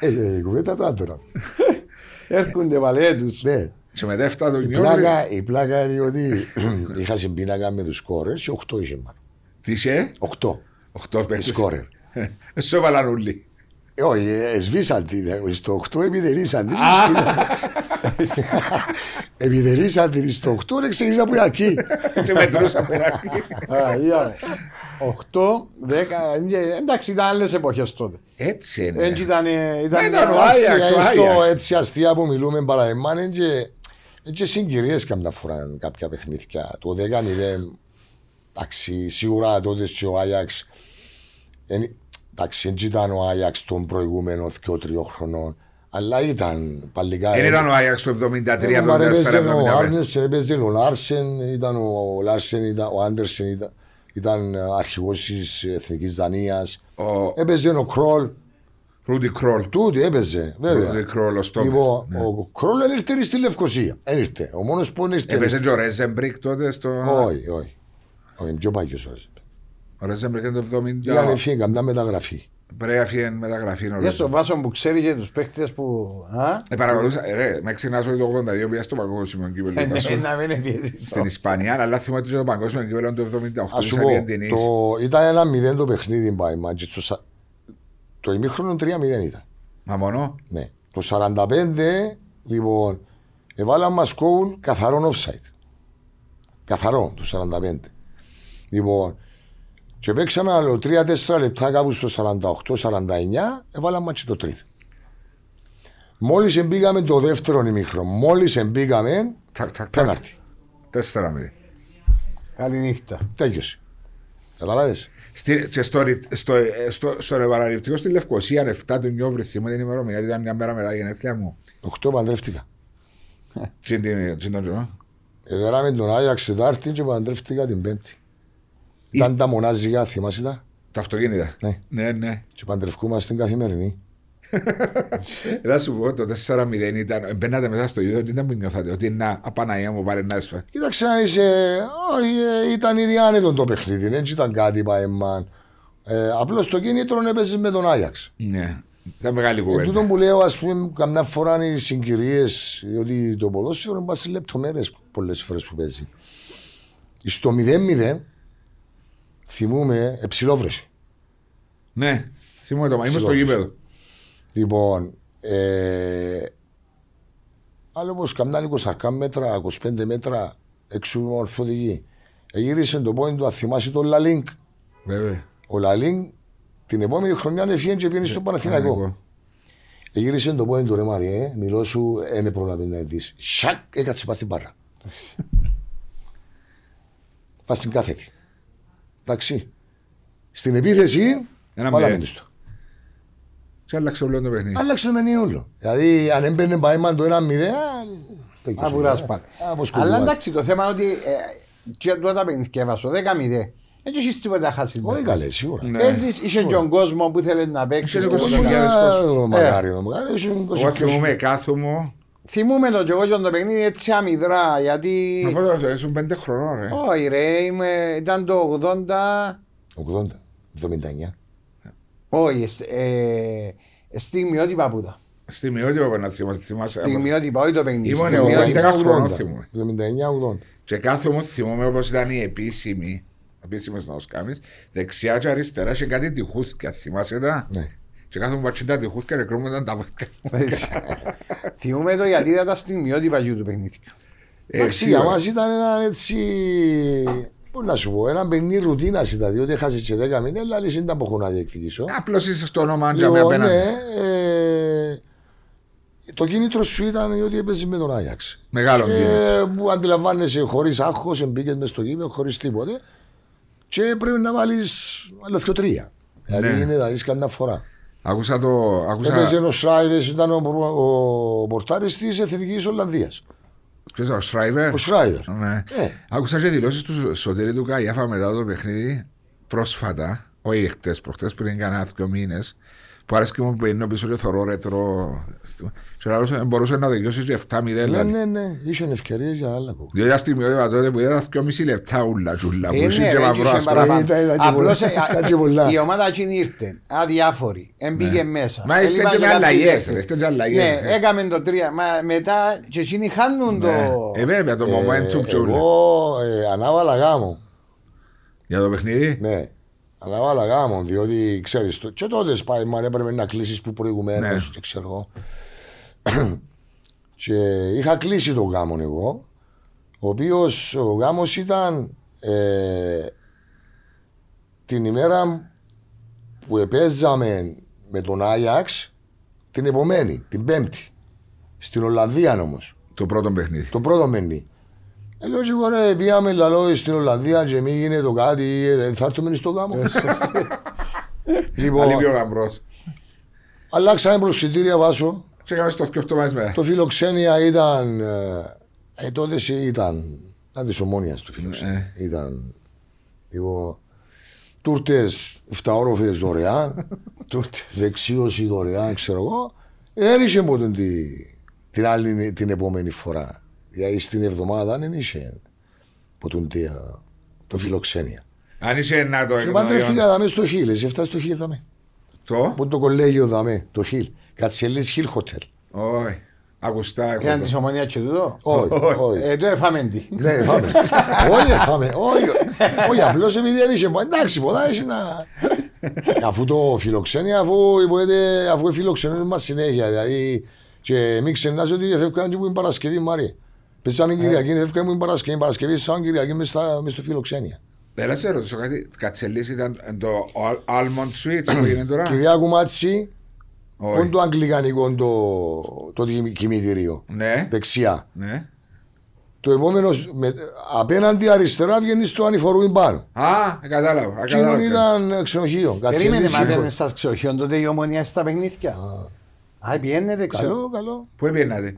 Ε, ε, Η κουβέντα του άντρα. Έρχονται πάλι έτους. Ναι. Και μετέφτα το Η νιώθει. πλάκα, η πλάκα είναι ότι είχα συμπίνακα με τους σκόρες και 8 είχε μάλλον. Τι είσαι, 8 8 Ε, παίκτες. σκόρερ. Σε έβαλαν όλοι. Ε, όχι, ε, σβήσαν την. ε, Στο 8 επιδερήσαν την. Επιδερήσαν την στο 8 και ξεκίνησα από την αρχή. Και μετρούσαμε. Α, είδαμε. Οχτώ, δέκα, ε, εντάξει ήταν άλλες εποχές τότε. Έτσι Ναι. Έτσι είναι. ήταν, ε, ήταν, ήταν ο Εντάξει, Άγιαξ, ο ε, Στο Άγιαξ. έτσι αστεία που μιλούμε παραεμάν είναι και, είναι και συγκυρίες καμιά φορά κάποια παιχνίδια. Το 10-0, εντάξει, σίγουρα τότε και ο Άγιαξ, εν- εντάξει, δεν ήταν ο Άγιαξ των προηγούμενων 2-3 χρονών, αλλά ήταν παλικά. Δεν ήταν ο Άγιαξ το 73 Μα έπαιζε ο 74 Άρνες, έπαιζε ο Λάρσεν, ήταν ο Λάρσεν, ήταν ο Άντερσεν, ήταν, ήταν αρχηγός της Εθνικής Δανίας. Ο Έπαιζε ο Κρόλ, Ρούντι Κρόλ. τούτη έπαιζε, Ρούντι βέβαια. Κρόλ, ο Στόμερ. Λοιπόν, ο Κρόλ δεν ήρθε στη Λευκοσία. Δεν ήρθε. Ο μόνος που δεν ήρθε. Έπαιζε και ο Ρέζεμπρικ τότε στο... Όχι, όχι. Όχι, είναι πιο παγιός ο Ρέζεμπερ. Ο Ρέζεμπρικ είναι το Ήταν 70. ευχή, καμιά μεταγραφή. Πρέπει να φύγει μεταγραφή. είναι ο Για στον Ρέζεμπρικ. Βάσο που ξέρει και τους παίχτες που... Α, Ε, παρακολούθησα, ε, ρε, με ξενάζω το 82 πήγα στο παγκόσμιο κύπελο ε, του ναι, Πασόκ να μην πιέζεις. στην Ισπανία, αλλά θυμάται ότι το παγκόσμιο κύπελο του 78 Ας σου σαν πω, διεντινής. το- ήταν ένα μηδέν το παιχνίδι πάει Μάντζιτσο. Σα- Το ημίχρονο 3-0 ήταν. Μα μόνο. Ναι. Το 45, λοιπόν, έβαλαν μας κόουν καθαρόν offside. Καθαρό το 45. Λοιπόν, και παίξαμε άλλο 3-4 λεπτά κάπου στο 48-49, έβαλαν μας και το τρίτο. Μόλις εμπήκαμε το δεύτερο ημίχρο, μόλις εμπήκαμε, Τακ, τακ, τακ. πέναρτη. 4-0. Καληνύχτα. Τέλειωσε. Καταλάβες. Στη- και στο, ρι- στο, ε, στο, στον επαναληπτικό στη Λευκοσία, 7 του Νιόβρη, θυμάται την ημερομηνία, ήταν μια μέρα μετά τα γενέθλια μου. 8 παντρεύτηκα. Τι είναι τον Τζονό. Εδεράμε τον Άγιαξ Τετάρτη και παντρεύτηκα την Πέμπτη. Ήταν τα μονάζικα, θυμάσαι τα, Τα αυτοκίνητα. Ναι. ναι. ναι. και παντρευκούμαστε καθημερινή. Ε, Θα σου πω το 4-0 ήταν. Μπαίνατε μέσα στο ίδιο, δεν μου νιώθατε. Ότι να, απαναία μου πάρε να έσφα. Κοίταξε να είσαι, όχι, ε, ήταν ήδη άνετο το παιχνίδι, δεν ήταν κάτι παεμάν. Ε, Απλώς το κίνητρο έπαιζε με τον Άγιαξ. Ναι. Ήταν μεγάλη Ε, τούτο κουβέντα. που λέω, ας πούμε, καμιά φορά είναι οι συγκυρίες, διότι το ποδόσφαιρο είναι σε λεπτομέρειες πολλές φορές που παίζει. Στο 0-0, θυμούμε, εψιλόβρεση. Ναι. Θυμούμαι το μα. Είμαι στο Συγγνώμη. γήπεδο. Λοιπόν, ε, άλλο πως καμιά 20 μέτρα, 25 μέτρα έξω ορθοδική. Εγύρισε το πόνι του, αν θυμάσαι τον Λαλίνκ. Βέβαια. Ο Λαλίν την επόμενη χρονιά έφυγε και πήγαινε στον Ναι, Παναθηναϊκό. Ε, Γύρισε το πόδι του ρε Μαριέ, μιλώ σου, ε, δεν προλαβαίνει να δεις. Σακ, έκατσε πας στην παρά. πας στην κάθετη. Εντάξει. Στην επίθεση, Ένα πάλα μηδέν. μείνεις του. Και άλλαξε όλο το παιχνίδι. Άλλαξε με νιόλο. Δηλαδή, αν έμπαινε παέμαν το ένα μηδέν, Α, βουράς πάλι. Αλλά εντάξει, το θέμα είναι ότι ε, και τότε παίρνεις και βάσο, δέκα μηδέ. Έτσι έχεις τίποτα χάσεις. Όχι καλέ, σίγουρα. Ναι. Παίζεις, είσαι και τον κόσμο που ήθελε να παίξεις. Είχε όπως κόσμο. τα χιλιάδες κόσμος. Ο Μακάριο, ο Μακάριο, Εγώ θυμούμαι, κάθομαι. Θυμούμε το και εγώ και το παιχνίδι έτσι αμυδρά γιατί Να πω το αυτό, ήσουν πέντε χρονών, ε. ρε. όχι ρε είμαι, ήταν το 80 ο 79. όχι εσ- ε, στιγμιότυπα παπούτα Στιγμιότυπα να θυμάσαι. θυμάσαι. στιγμιότυπα όχι το παιχνίδι Ε, Ήμουν στιγμιότυπα. 80 χρονών, θυμούμαι. 79-80. Και κάθομαι, θυμούμαι όπως ήταν η επίσημη, επίσημος να του κάνει, δεξιά και αριστερά και κάτι τυχούθηκα. Θυμάσαι τα. Ναι. Και κάθομαι πατσί τα τυχούθηκα και κρούμονταν τα μάτια. θυμούμε το γιατί ήταν τα στιγμιότυπα γιου του παιχνίδιου Ε, Εντάξει, για μας ήταν ένα έτσι. Πώς να σου πω, ένα παιχνίδι ρουτίνα ήταν, διότι έχασες και 10 μήνε, αλλά λύση ήταν που έχω να διεκδικήσω. Απλώς είσαι στο όνομα αν τζαμί Λοιπόν, ναι, απέναντι. ε, το κίνητρο σου ήταν ότι έπαιζες με τον Άγιαξ. Μεγάλο κίνητρο. Και που αντιλαμβάνεσαι χωρίς άγχος, μπήκε μες στο γήπεδο, χωρίς τίποτε. Και πρέπει να βάλεις άλλο πιο τρία. Δηλαδή είναι να δεις καμιά φορά. Ακούσα το. Ακούσα Έπαιζε ο Σράιδε, ήταν ο, προ- ο πορτάρη της Εθνικής Ολλανδίας. Ποιος ήταν, ο Σράιβερ. Ο Σράιβερ. Ναι. Ε. Άκουσα και δηλώσεις του Σωτήρη του Καϊάφα μετά το παιχνίδι πρόσφατα, όχι χτες, προχτές πριν κάνα δύο μήνες, που άρεσε και μου πήρε πίσω και θωρώ ρετρό. Σε άλλο σου, μπορούσε να δικαιώσει και 7-0. Ναι, δηλαδή. ναι, ναι. Ήσουν ευκαιρίες για άλλα κόμματα. Διότι τα στιγμιότυπα τότε που ήταν 2,5 λεπτά ούλα τζούλα που είχε Είναι, και ρε, μαυρό είχε άσπρο. παραπάνω. Ήταν- ήταν Απλώς, τσιμπολά. ε, Ήταν τσιμπολά. η ομάδα εκείνη ήρθε, αδιάφορη, εμπήκε μέσα. Ναι. Μα είστε Έλειπαν και με κάποιοι αλλαγές, παίκτες. ρε, είστε και αλλαγές. Ναι, έκαμε το τρία, μα μετά και εκείνοι χάνουν το... Ναι. Ε, βέβαια το momentum και ούλα. εγώ ε, ανάβαλα γάμο. Για το παιχνίδι. Ναι. Ανάβαλα γάμο, διότι ξέρεις. Και τότε σπάει, μα έπρεπε να κλείσεις που προηγουμένως. Ναι. Ναι. ξέρω εγώ. και είχα κλείσει τον γάμο εγώ, ο οποίος ο γάμος ήταν ε, την ημέρα που επέζαμε με τον Άγιαξ την επομένη, την Πέμπτη. Στην Ολλανδία όμως. Το πρώτο παιχνίδι. Το πρώτο μενί. Ε, λέω και εγώ ρε, πήγαμε λαλό ε, στην Ολλανδία και μη γίνεται το κάτι, ρε, θα έρθουμε στο γάμο. λοιπόν, Αλήθεια ο Γαμπρός. αλλάξαμε προσκλητήρια βάσο. Ξεκάμε στο πιο μέρα. Το φιλοξένια ήταν, ε, ε, τότε σε ήταν, ήταν της ομόνιας του φιλοξένια. Ήταν, λοιπόν, τούρτες, 7 όροφες δωρεάν, Τούρτες. δεξίωση δωρεάν, ξέρω εγώ. Δεν είχε μόνο την, την άλλη την επόμενη φορά. Δηλαδή στην εβδομάδα δεν είχε ποτούν τία, το φιλοξένια. Αν είσαι να το Και εκνοϊόν. παντρευτήκα δαμέ στο Χίλ, εσύ έφτασε στο Χίλ δαμέ. Το. Που το κολέγιο δαμέ, το Χίλ. Κατσελής Χίλ Χοτέλ. Όχι. Ακουστά. εγώ Ήταν το- της ομονίας και τούτο. Όχι, όχι. Ε, το εφάμε τι. Ναι, φάμε. Όχι, φάμε. Όχι, όχι απλώς επειδή δεν είσαι. Εντάξει, πολλά είσαι να. Αφού το φιλοξένει, αφού υποθέτε, αφού φιλοξενούν μας συνέχεια. Δηλαδή, και μην ξεχνάς ότι φεύγαν και που είναι Παρασκευή, Μάρι. Ε. Πέσαμε Κυριακή, φεύγαν που είναι Παρασκευή. Παρασκευή, σαν Κυριακή, μες στα- μες στο φιλοξένεια. Δεν να Ε, σε ρωτήσω κάτι. Κατσελής ήταν το al- almond sweets που είναι τώρα. Κυριάκου Μάτσι, Όχι. πόν το αγγλικανικό το- το κοιμη- κοιμητηρίο. Ναι. Δεξιά. Ναι. Το επόμενο, με- απέναντι αριστερά βγαίνει στο ανηφορούιν πάνω. Α, κατάλαβα. α, Εκείνον κατάλαβα. ήταν ε, ξενοδοχείο. Περίμενε, Κατσελής μα Χίλ δεν σας ξεοχιόν τότε η ομονία στα παιχνίδια. Α, πιένετε ξέρω. Καλό, καλό. Πού έπαιρνατε.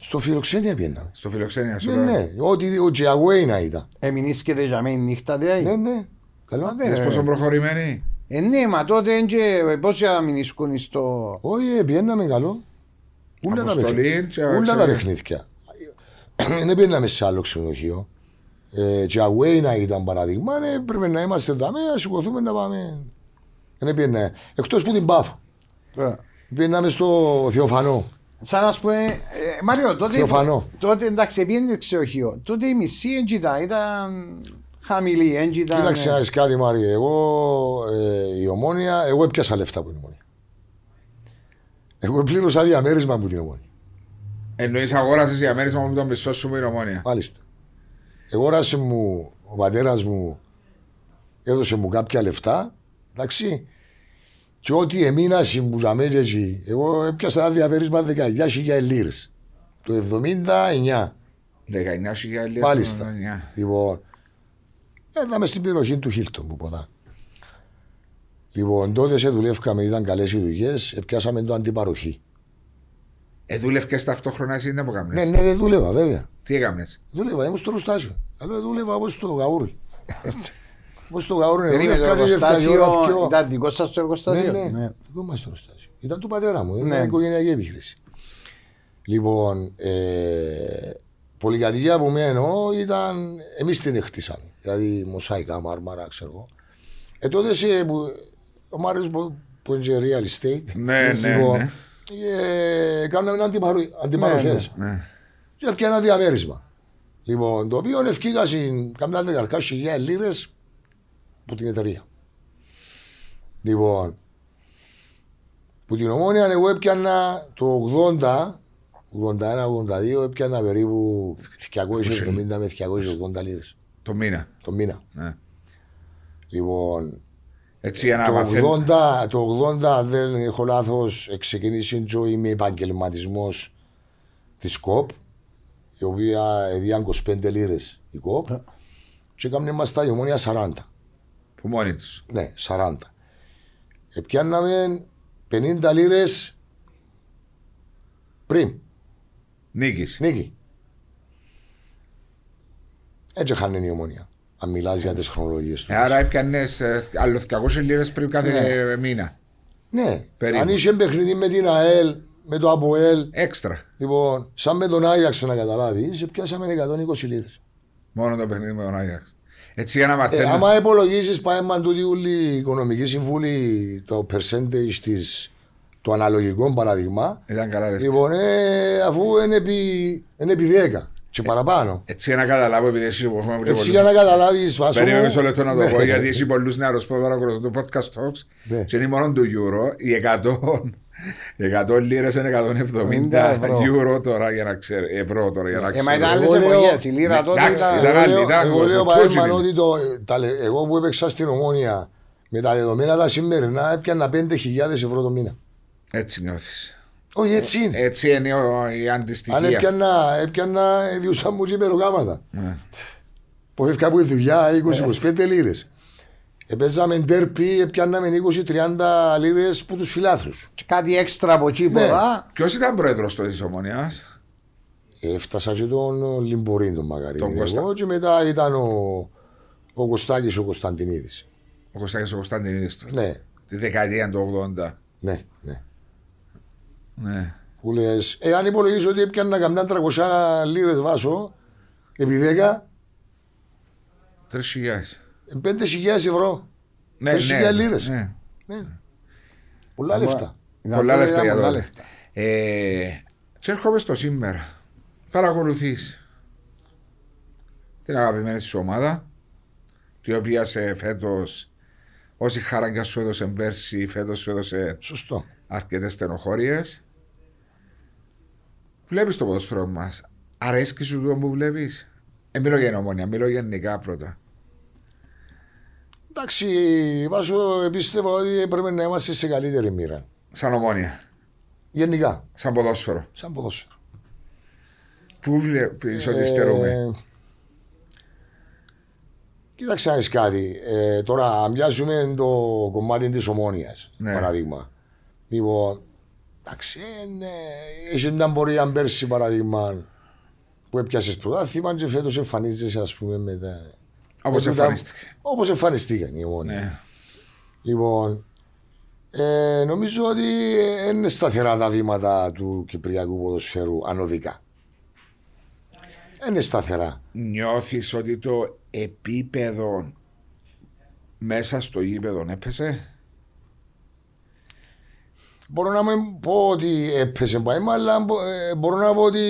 Στο φιλοξένια πήγαινα. Στο φιλοξένια σου. Ναι, τώρα. ναι. Ό,τι ο Τζιαγουέι να ήταν. Εμεινίσκεται για μένα η νύχτα, δηλαδή. Ναι, ναι. Καλό. ναι. Δες Ε, πόσο προχωρημένοι. Ε, ναι, μα τότε είναι και ε, πόσοι να μην ισκούν στο... Όχι, ε, πήγαιναμε καλό. Ούλα τα Αποστολή, παιχνίδια. και- Ούλα τα ξέρω. παιχνίδια. Ε, Δεν πήγαιναμε σε άλλο ξενοδοχείο. Ε, Τζιαγουέι να ήταν παράδειγμα. ε, Πρέπει να είμαστε δαμέ, να σηκωθούμε να πάμε. Ε, Δεν πήγαινε. Εκτός που την πάφω. Πήγαιναμε στο Θεοφανό. Σαν να πούμε, ε, Μάριο, τότε, Θεοφανό. τότε εντάξει, πήγαινε ξεοχείο. Τότε η μισή έγκυτα ήταν χαμηλή, έγκυτα. Κοίταξε να δεις κάτι, Μάρι. Εγώ ε, η ομόνια, εγώ έπιασα λεφτά από την ομόνια. Εγώ πλήρωσα διαμέρισμα από την ομόνια. Εννοείς αγόρασες για μέρισμα μου τον μισό σου με την ομόνια. Μάλιστα. Εγώ ράση μου, ο πατέρας μου έδωσε μου κάποια λεφτά. Εντάξει. Και ό,τι εμείνα συμπουζαμέζε εκεί, εγώ έπιασα ένα διαμέρισμα 19.000 λίρες. Το 79. 19.000. Μάλιστα. 19. Λοιπόν, έδαμε στην περιοχή του Χίλτον που ποδά. Λοιπόν, τότε σε δουλεύκαμε, ήταν καλές οι δουλειές, πιάσαμε το αντιπαροχή. Ε, δούλευκες ταυτόχρονα εσύ δεν μου Ναι, έκαμνες. ναι, δεν δούλευα, βέβαια. Τι έκαμνες. Δούλευα, ήμουν στο εργοστάσιο. Αλλά δούλευα όπως το γαούρι. Όπω το γαούρι, ναι, Δεν είναι το δούλευκα και δούλευκα και ώρα εργοστάσιο, δυο. ήταν δικό σας το εργοστάσιο. Ναι, ναι. Ναι. Δικό μας το εργοστάσιο. Ήταν του πατέρα μου, ήταν Ναι. οικογενειακή επιχείρηση. Λοιπόν, ε, πολυκατοικία που μένω ήταν, εμείς την χτίσαμε. Δηλαδή μοσαϊκά, μάρμαρα, ξέρω εγώ. Ε, τότε σε, που, ο Μάριος που, που είναι και real estate. Ναι, ναι, λοιπόν, ναι. Ε, κάναμε αντιπαρου- αντιπαροχές. Ναι. Και έπιανα ένα διαμέρισμα. Λοιπόν, το οποίο ευκήκα στην καμιά δεκαρκά χιλιάδες λίρες που την εταιρεία. Λοιπόν, που την ομόνια εγώ έπιανα το 80, 81-82, έπιανα περίπου 270 με 280 λίρες Το μήνα. το μήνα. Ναι. Λοιπόν, Έτσι για να μαθαίνω. το 80, το 80 δεν έχω λάθος, ξεκίνησε η ζωή με επαγγελματισμός της ΚΟΠ, η οποία έδιαν 25 λίρες η ΚΟΠ, Ναι. και έκαμε μας τα γεμόνια 40. Που μόνοι τους. Ναι, 40. Επιάνναμε 50 λίρες πριν, Νίκης. νίκη. Έτσι χάνει η ομονία. Αν μιλάς για τις χρονολογίες του. Ε, Άρα έπιανες άλλο 200 λίρες πριν κάθε ε, μήνα. Ναι, περίπου. αν είσαι παιχνίδι με την ΑΕΛ, με το ΑΠΟΕΛ, Έξτρα. λοιπόν, σαν με τον Άγιαξ να καταλάβεις, σε πιάσαμε 120 λίρες. Μόνο το παιχνίδι με τον Άγιαξ. Έτσι για να Ε, μαθαίνω. άμα υπολογίζεις, πάει μαν τούτη ούλη η οικονομική συμβούλη, το percentage της, το αναλογικό παράδειγμα, Ήταν καλά ρε. Λοιπόν, ε, αφού είναι επί, είναι επί 10 και Ε, παραπάνω. Έτσι για να καταλάβω επειδή εσύ που έχουμε Έτσι για να καταλάβεις, Βάσο. Περίμενε μου- μισό λεπτό να Ναι. το πω, γιατί εσύ πολλούς νεαρούς που παρακολουθούν το podcast talks Ναι. και είναι μόνο του euro, οι 100, οι 100 λίρες είναι 170 ευρώ. euro τώρα για να ξέρω, ευρώ τώρα για να Ε, ξέρω. μα ήταν άλλες Εγώ λέω- εποχές. Η λίρα Ναι, τότε εντάξει, ήταν... ήταν- Ε, Εγώ λέω- ήταν- Εγώ λέω το παράδειγμα Τούτζιλι. ότι το- τα λε- εγώ που έπαιξα στην Ομόνια με τα δεδομένα τα σημερινά έπιανα 5.000 ευρώ το μήνα. Έτσι νιώθεις. Όχι, έτσι είναι. Έτσι είναι ο- η Αν αντιστοιχεία. έπιανα, έπιανα ε, διούσα μου και ημεροκάματα. Ναι. Που έφυγα από τη δουλειά Ε. 20-25 λίρες. Επέζαμε ντέρπι, έπιαναμε 20-30 λίρες που τους φιλάθρους. Και Κάτι έξτρα από εκεί που Ναι. δα. Ποιος ήταν πρόεδρος τότε της Ομονιάς, Έφτασα και τον Λιμπορίν τον Τον Μαγαρίνη. Κώστα. εγώ και μετά ήταν ο, ο Κωστάκης ο Κωνσταντινίδης. ο Κωνστάκης ο Κωνσταντινίδης τότε. Ναι, Τη δεκαετία του 80. ναι, ναι. Ναι. Που λες, ε, αν υπολογίζω ότι έπιανα καμιά 300 λίρες βάσο, επί 10, 3.000. 5.000 ευρώ. Ναι, 3.000 λίρες. ναι. Ναι. Πολλά Άμα- λεφτά. Ήταν Πολλά τότε, λεφτά ήταν για πολλά τότε. λεφτά. Ε, και έρχομαι στο σήμερα. Παρακολουθείς την αγαπημένη σου ομάδα, η οποία σε φέτος, όση χαράγκια σου έδωσε πέρσι, φέτος σου έδωσε Σωστό. αρκετές στενοχώριες. Βλέπεις το ποδοσφαίρο μας. Αρέσκει σου το που βλέπεις. Ε, μιλώ για νομόνια, μιλώ γενικά πρώτα. Εντάξει, βάσο, πίστευα ότι πρέπει να είμαστε σε καλύτερη μοίρα. Σαν ομόνια, Γενικά, σαν ποδόσφαιρο. σαν ποδόσφαιρο. Πού βλέπει ότι στερούμε. Ε, Κοίταξε να δεις κάτι. Ε, τώρα, αν πιάσουμε το κομμάτι της ομόνοια, Ναι. παράδειγμα. Λοιπόν, εντάξει, είναι, έχει μια πορεία πέρσι, παράδειγμα, που έπιασες πρωτάθλημα και φέτος εμφανίζεσαι, ας πούμε, μετά. Όπως εμφανίστηκε. Όπως εμφανιστήκαν οι ομόνοι. Ναι. Λοιπόν, ε, νομίζω ότι ε, είναι σταθερά τα βήματα του Κυπριακού ποδοσφαίρου ανωδικά. Είναι σταθερά. Νιώθεις ότι το επίπεδο μέσα στο γήπεδο έπεσε. Μπορώ να μην πω ότι έπεσε πάει, μα, αλλά μπο- ε, μπορώ να πω ότι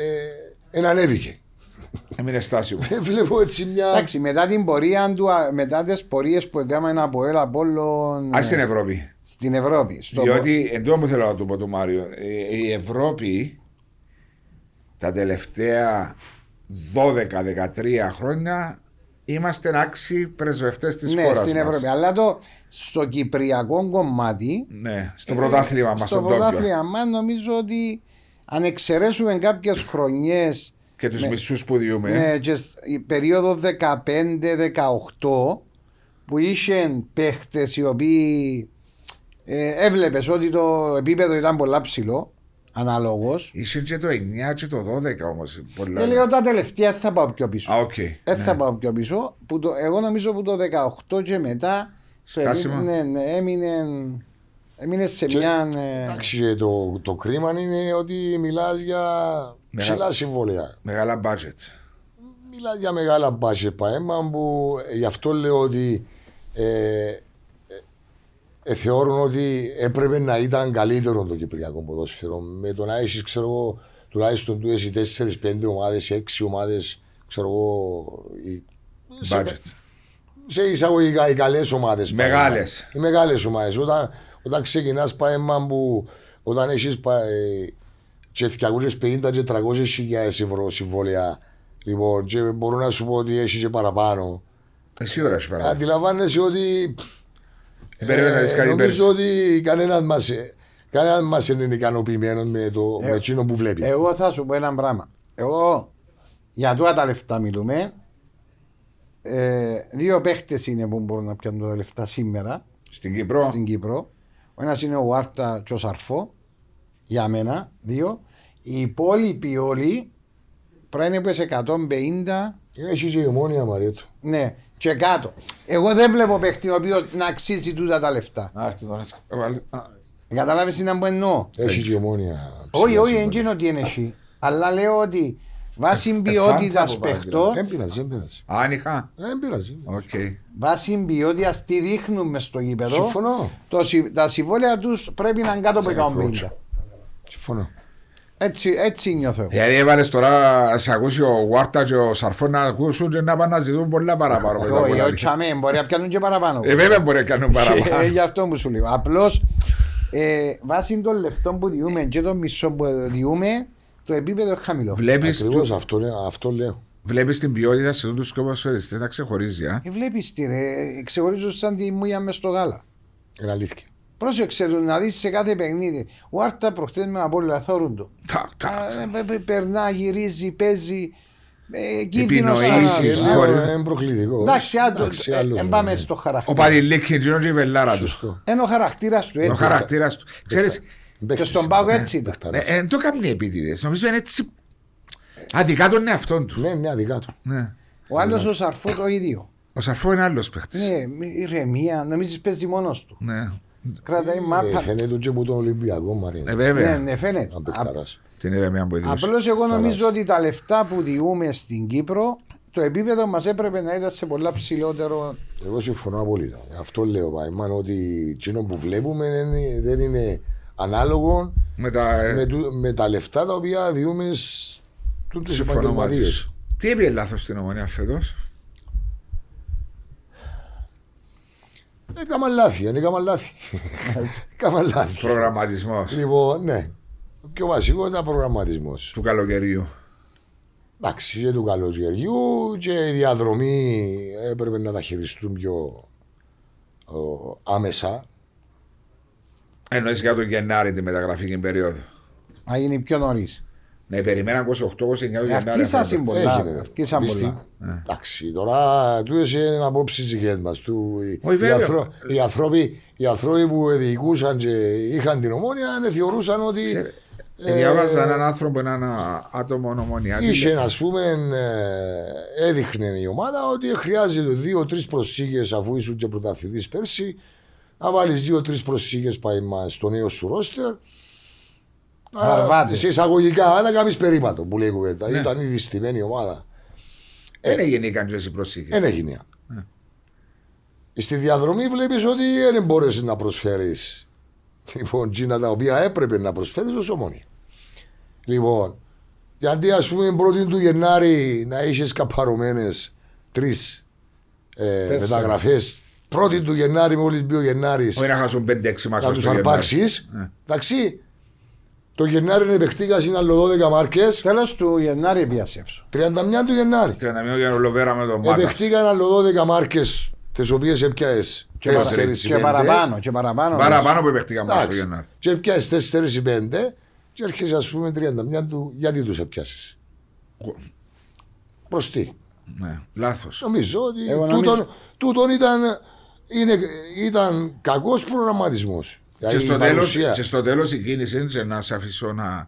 ε, ενανέβηκε. Έμεινε στάσιμο. Ναι. Βλέπω έτσι μια. Εντάξει, μετά την πορεία του, α- μετά τις πορείες που έκαμε από Ελ Απόλλων Ας στην Ευρώπη. στην Ευρώπη. στο- Διότι, εν τω που θέλω να του πω του Μάριο, ε, η Ευρώπη τα τελευταία 12-13 χρόνια είμαστε άξιοι πρεσβευτές της ναι, χώρας στην μας. Ευρώπη. Αλλά το, στο κυπριακό κομμάτι, Ναι, στο ε, πρωτάθλημα μας, στο στον Τόκιο. πρωτάθλημα μας νομίζω ότι αν εξαιρέσουμε κάποιες χρονιές Και τους μισούς που διούμε. ναι, και σ- η περίοδο 15-18 που είχε παίχτες οι οποίοι ε, έβλεπες ότι το επίπεδο ήταν πολλά ψηλό ανάλογος Είσαι και το 9 και το 12 όμως. Πολλά. Ε, λέω τα τελευταία θα πάω πιο πίσω. Α, οκ. Ναι. Δεν Ε, θα Ναι. πάω πιο πίσω. Που το, εγώ νομίζω που το 18 και μετά. σε- Στάσιμα. Ναι, ναι, έμεινε, έμεινε σε Και- μια. ε, Εντάξει, ε, το, το κρίμα είναι ότι μιλάς για Μεγάλα. ψηλά συμβόλαια. Μεγάλα budgets. Μιλά για μεγάλα μπάσε παέμα που ε, γι' αυτό λέω ότι ε, ε, ε, θεωρούν ότι έπρεπε να ήταν καλύτερο το κυπριακό ποδόσφαιρο. Με το να έχεις, ξέρω εγώ, τουλάχιστον του έχει 4-5 ομάδε, 6 ομάδες, ξέρω εγώ. οι- σε- Budgets. σε εισαγωγικά οι καλές ομάδες. Μεγάλες. Οι μεγάλες ομάδες. Όταν, όταν ξεκινάς πάεμα που όταν έχεις και 250 και 300 χιλιάδες ευρώ συμβόλαια. Λοιπόν, και μπορώ να σου πω ότι έχεις και παραπάνω. Εσύ ώρα σου παράδειγμα. Αντιλαμβάνεσαι ότι. Ε, Περίμενα να δεις κάτι πέρυσι. νομίζω ότι κανένα μα κανένας μας δεν είναι ικανοποιημένος με το Ε, με εκείνο που βλέπει. Εγώ θα σου πω ένα πράγμα. Εγώ για τούτα τα λεφτά μιλούμε. Ε, δύο παίχτες είναι που μπορούν να πιάνουν τα λεφτά σήμερα Στην Κύπρο. στην Κύπρο. Ο ένας είναι ο Άρτα και ο Σαρφό. Για μένα, δύο. Οι υπόλοιποι όλοι πρέπει να είναι 150 ε. Έχει Ε, και η ομόνια Μαρίτου. Ναι, και κάτω. Εγώ δεν βλέπω παίχτη ο οποίος να αξίζει τούτα τα λεφτά. Να έρθει τον Κατάλαβε τι να μου εννοώ. Έχει και η ομόνια. Όχι, όχι, δεν είναι ότι είναι εσύ. Αλλά λέω ότι Ε, βάσει ποιότητα εφάντα από παιχτών, Δεν πειράζει, δεν πειράζει. Αν είχα. Δεν πειράζει. Οκ. βάσει ποιότητας τι δείχνουμε στο γήπεδο, Συμφωνώ. το συ- τα συμβόλαια τους πρέπει να είναι κάτω από 150. Συμφωνώ. Έτσι, έτσι νιώθω. Ε, εγώ. Δηλαδή έβαλες τώρα σε ακούσει ο Γουάρτα και ο Σαρφόν να ακούσουν και να πάνε να ζητούν πολλά παραπάνω. μετά από Όχι, τα όχι, λεφτά. τσαμέ, ε, μπορεί να πιάνουν και παραπάνω. Ε, βέβαια μπορεί να κάνουν Ε, παραπάνω. Γι' αυτό μου σου λέω. Απλώς ε, βάσει των λεφτών που διούμε και των μισών που διούμε, το επίπεδο είναι χαμηλό. Βλέπεις, Ακριβώς αυτό, λέ- αυτό λέω. βλέπεις την ποιότητα σε τους σκοποσφαιριστές να ξεχωρίζει. α. Ε, Βλέπεις τι ρε, ξεχωρίζω σαν τη μούια μες στο γάλα. Είναι αλήθεια. Πρόσεξε το να δεις σε κάθε παιχνίδι. Ο Άρτα προχτές με απόλυτα θόρουν το. Τακ, τακ, Α, πε- πε- Περνά, γυρίζει, παίζει. Ε, κίνδυνο Επινοήσεις, ε, ανάλυσης. ναι. χωρίς- Είναι προκλητικό. Εντάξει, άντω. Εντάξει, ε. άλλος Δεν είναι. πάμε στο Ο χαρακτήρα. Παδηλίκη είναι η βελάρα του. Σωστό. Ενώ ο χαρακτήρας του Ο έτσι. χαρακτήρας του. Ξέρεις, Και Παίκτης. στον πάγο έτσι ήταν. Παιχταράς. ε, ε, δεν το κάνουν οι επίτηδες. Νομίζω είναι έτσι αδικά τον εαυτόν του. Ναι, ναι, αδικά του. Ναι. Ο άλλος ο Σαρφού το ίδιο. Ο Σαρφό είναι άλλος παίχτης. Ναι, μη- ηρεμία, νομίζεις παίζει μόνος του. Ναι. Κρατάει Ε, μάπα. Φαίνεται και από τον Ολυμπιακό Μαρίνο. Ε, Ναι, βέβαια. ναι, φαίνεται. Αν παιχταράς. Την ηρεμία που έδειξε. Απλώς εγώ νομίζω ότι τα λεφτά που διούμε στην Κύπρο, το επίπεδο μας έπρεπε να ήταν σε πολλά ψηλότερο. Εγώ συμφωνώ απόλυτα. Αυτό λέω, Παϊμάν, ότι εκείνο που βλέπουμε δεν είναι- δεν είναι ανάλογο Με τα... ε, με, του- με τα λεφτά τα οποία διούμε στους Συμφωνώ μαζί επαγγελματίες. σου. Τι έπιε λάθος στην ομονία φέτος. Έκανα Ε, λάθη, δεν έκανα λάθη. Έκανα λάθη. Προγραμματισμός Λοιπόν, ναι. Το πιο βασικό ήταν προγραμματισμός. του καλοκαιριού. Εντάξει, και του καλοκαιριού και η διαδρομή έπρεπε να τα χειριστούν πιο ο, άμεσα. Εννοείς για τον Γενάρη τη μεταγραφική περίοδο. Να γίνει πιο Ε, νωρίς. Ναι, περιμέναν 28-29 Γενάρη. Ε, Αρκίσα φέτος. σύμβολο. Πολλά, Έγινε. αρκίσαν Δυστυχ- πολλά. Ναι. Εντάξει, τώρα του είναι απόψει δικέ μα. Όχι, Οι, βέβαια. Ε. ανθρώπ- οι, άνθρωποι, οι άνθρωποι που διοικούσαν και είχαν την ομόνια ε, θεωρούσαν ότι. Ξέρε- ε, Διάβαζα έναν άνθρωπο, έναν α, άτομο ομονία. Είχε, ας πούμε, ε, έδειχνε η ομάδα ότι χρειάζεται δύο-τρει προσήγες αφού ήσουν και πρωταθλητής πέρσι. Να βάλεις δύο-τρει προσήγες πάει μα στο νέο σου ρόστερ. Να- Βαρβάτες. Σε εισαγωγικά, να κάνει περίπατο που λέει η κουβέντα. Ήταν ήδη στημένη η ομάδα. Ε, Δεν έγινε η κανένα προσήκη. Δεν έγινε. ναι, Ε, Στη διαδρομή βλέπεις ότι ε, δεν μπόρεσε να προσφέρεις λοιπόν τζίνα τα οποία έπρεπε να προσφέρεις ως ομόνια. Λοιπόν, γιατί ας πούμε πρώτη του Γενάρη να είχες καπαρωμένες τρεις ε, Τέσσερα. μεταγραφές. Πρώτη του Γενάρη, μόλι μπει ο Γενάρης, Όχι να χάσουν 5-6 να μάτια. τους αρπάξεις. Ναι. Εντάξει. Το Γενάρη επεκτήκα είναι άλλο 12 μάρκες. Τέλος του Γενάρη πιάσε αυτό. 31 του Γενάρη. 31 για Λοβέρα με τον Μάτα. Επεχτήκαν άλλο 12 μάρκες, τις οποίες έπιαε 4 παρα- ή 5. Και παραπάνω, και παραπάνω. Παραπάνω που επεχτήκαμε στο Εντάξει. Γενάρη. Και έπιασες 4 ή 5 και έρχεσαι ας πούμε 31 του. Γιατί τους έπιασες. Προς τι. Ναι, λάθος. Νομίζω ότι Εγώ νομίζω- τούτον, τούτον ήταν, είναι, ήταν Δηλαδή, κακός προγραμματισμός. Και στο, τέλος, και στο τέλος η κίνηση είναι να σε αφήσω να...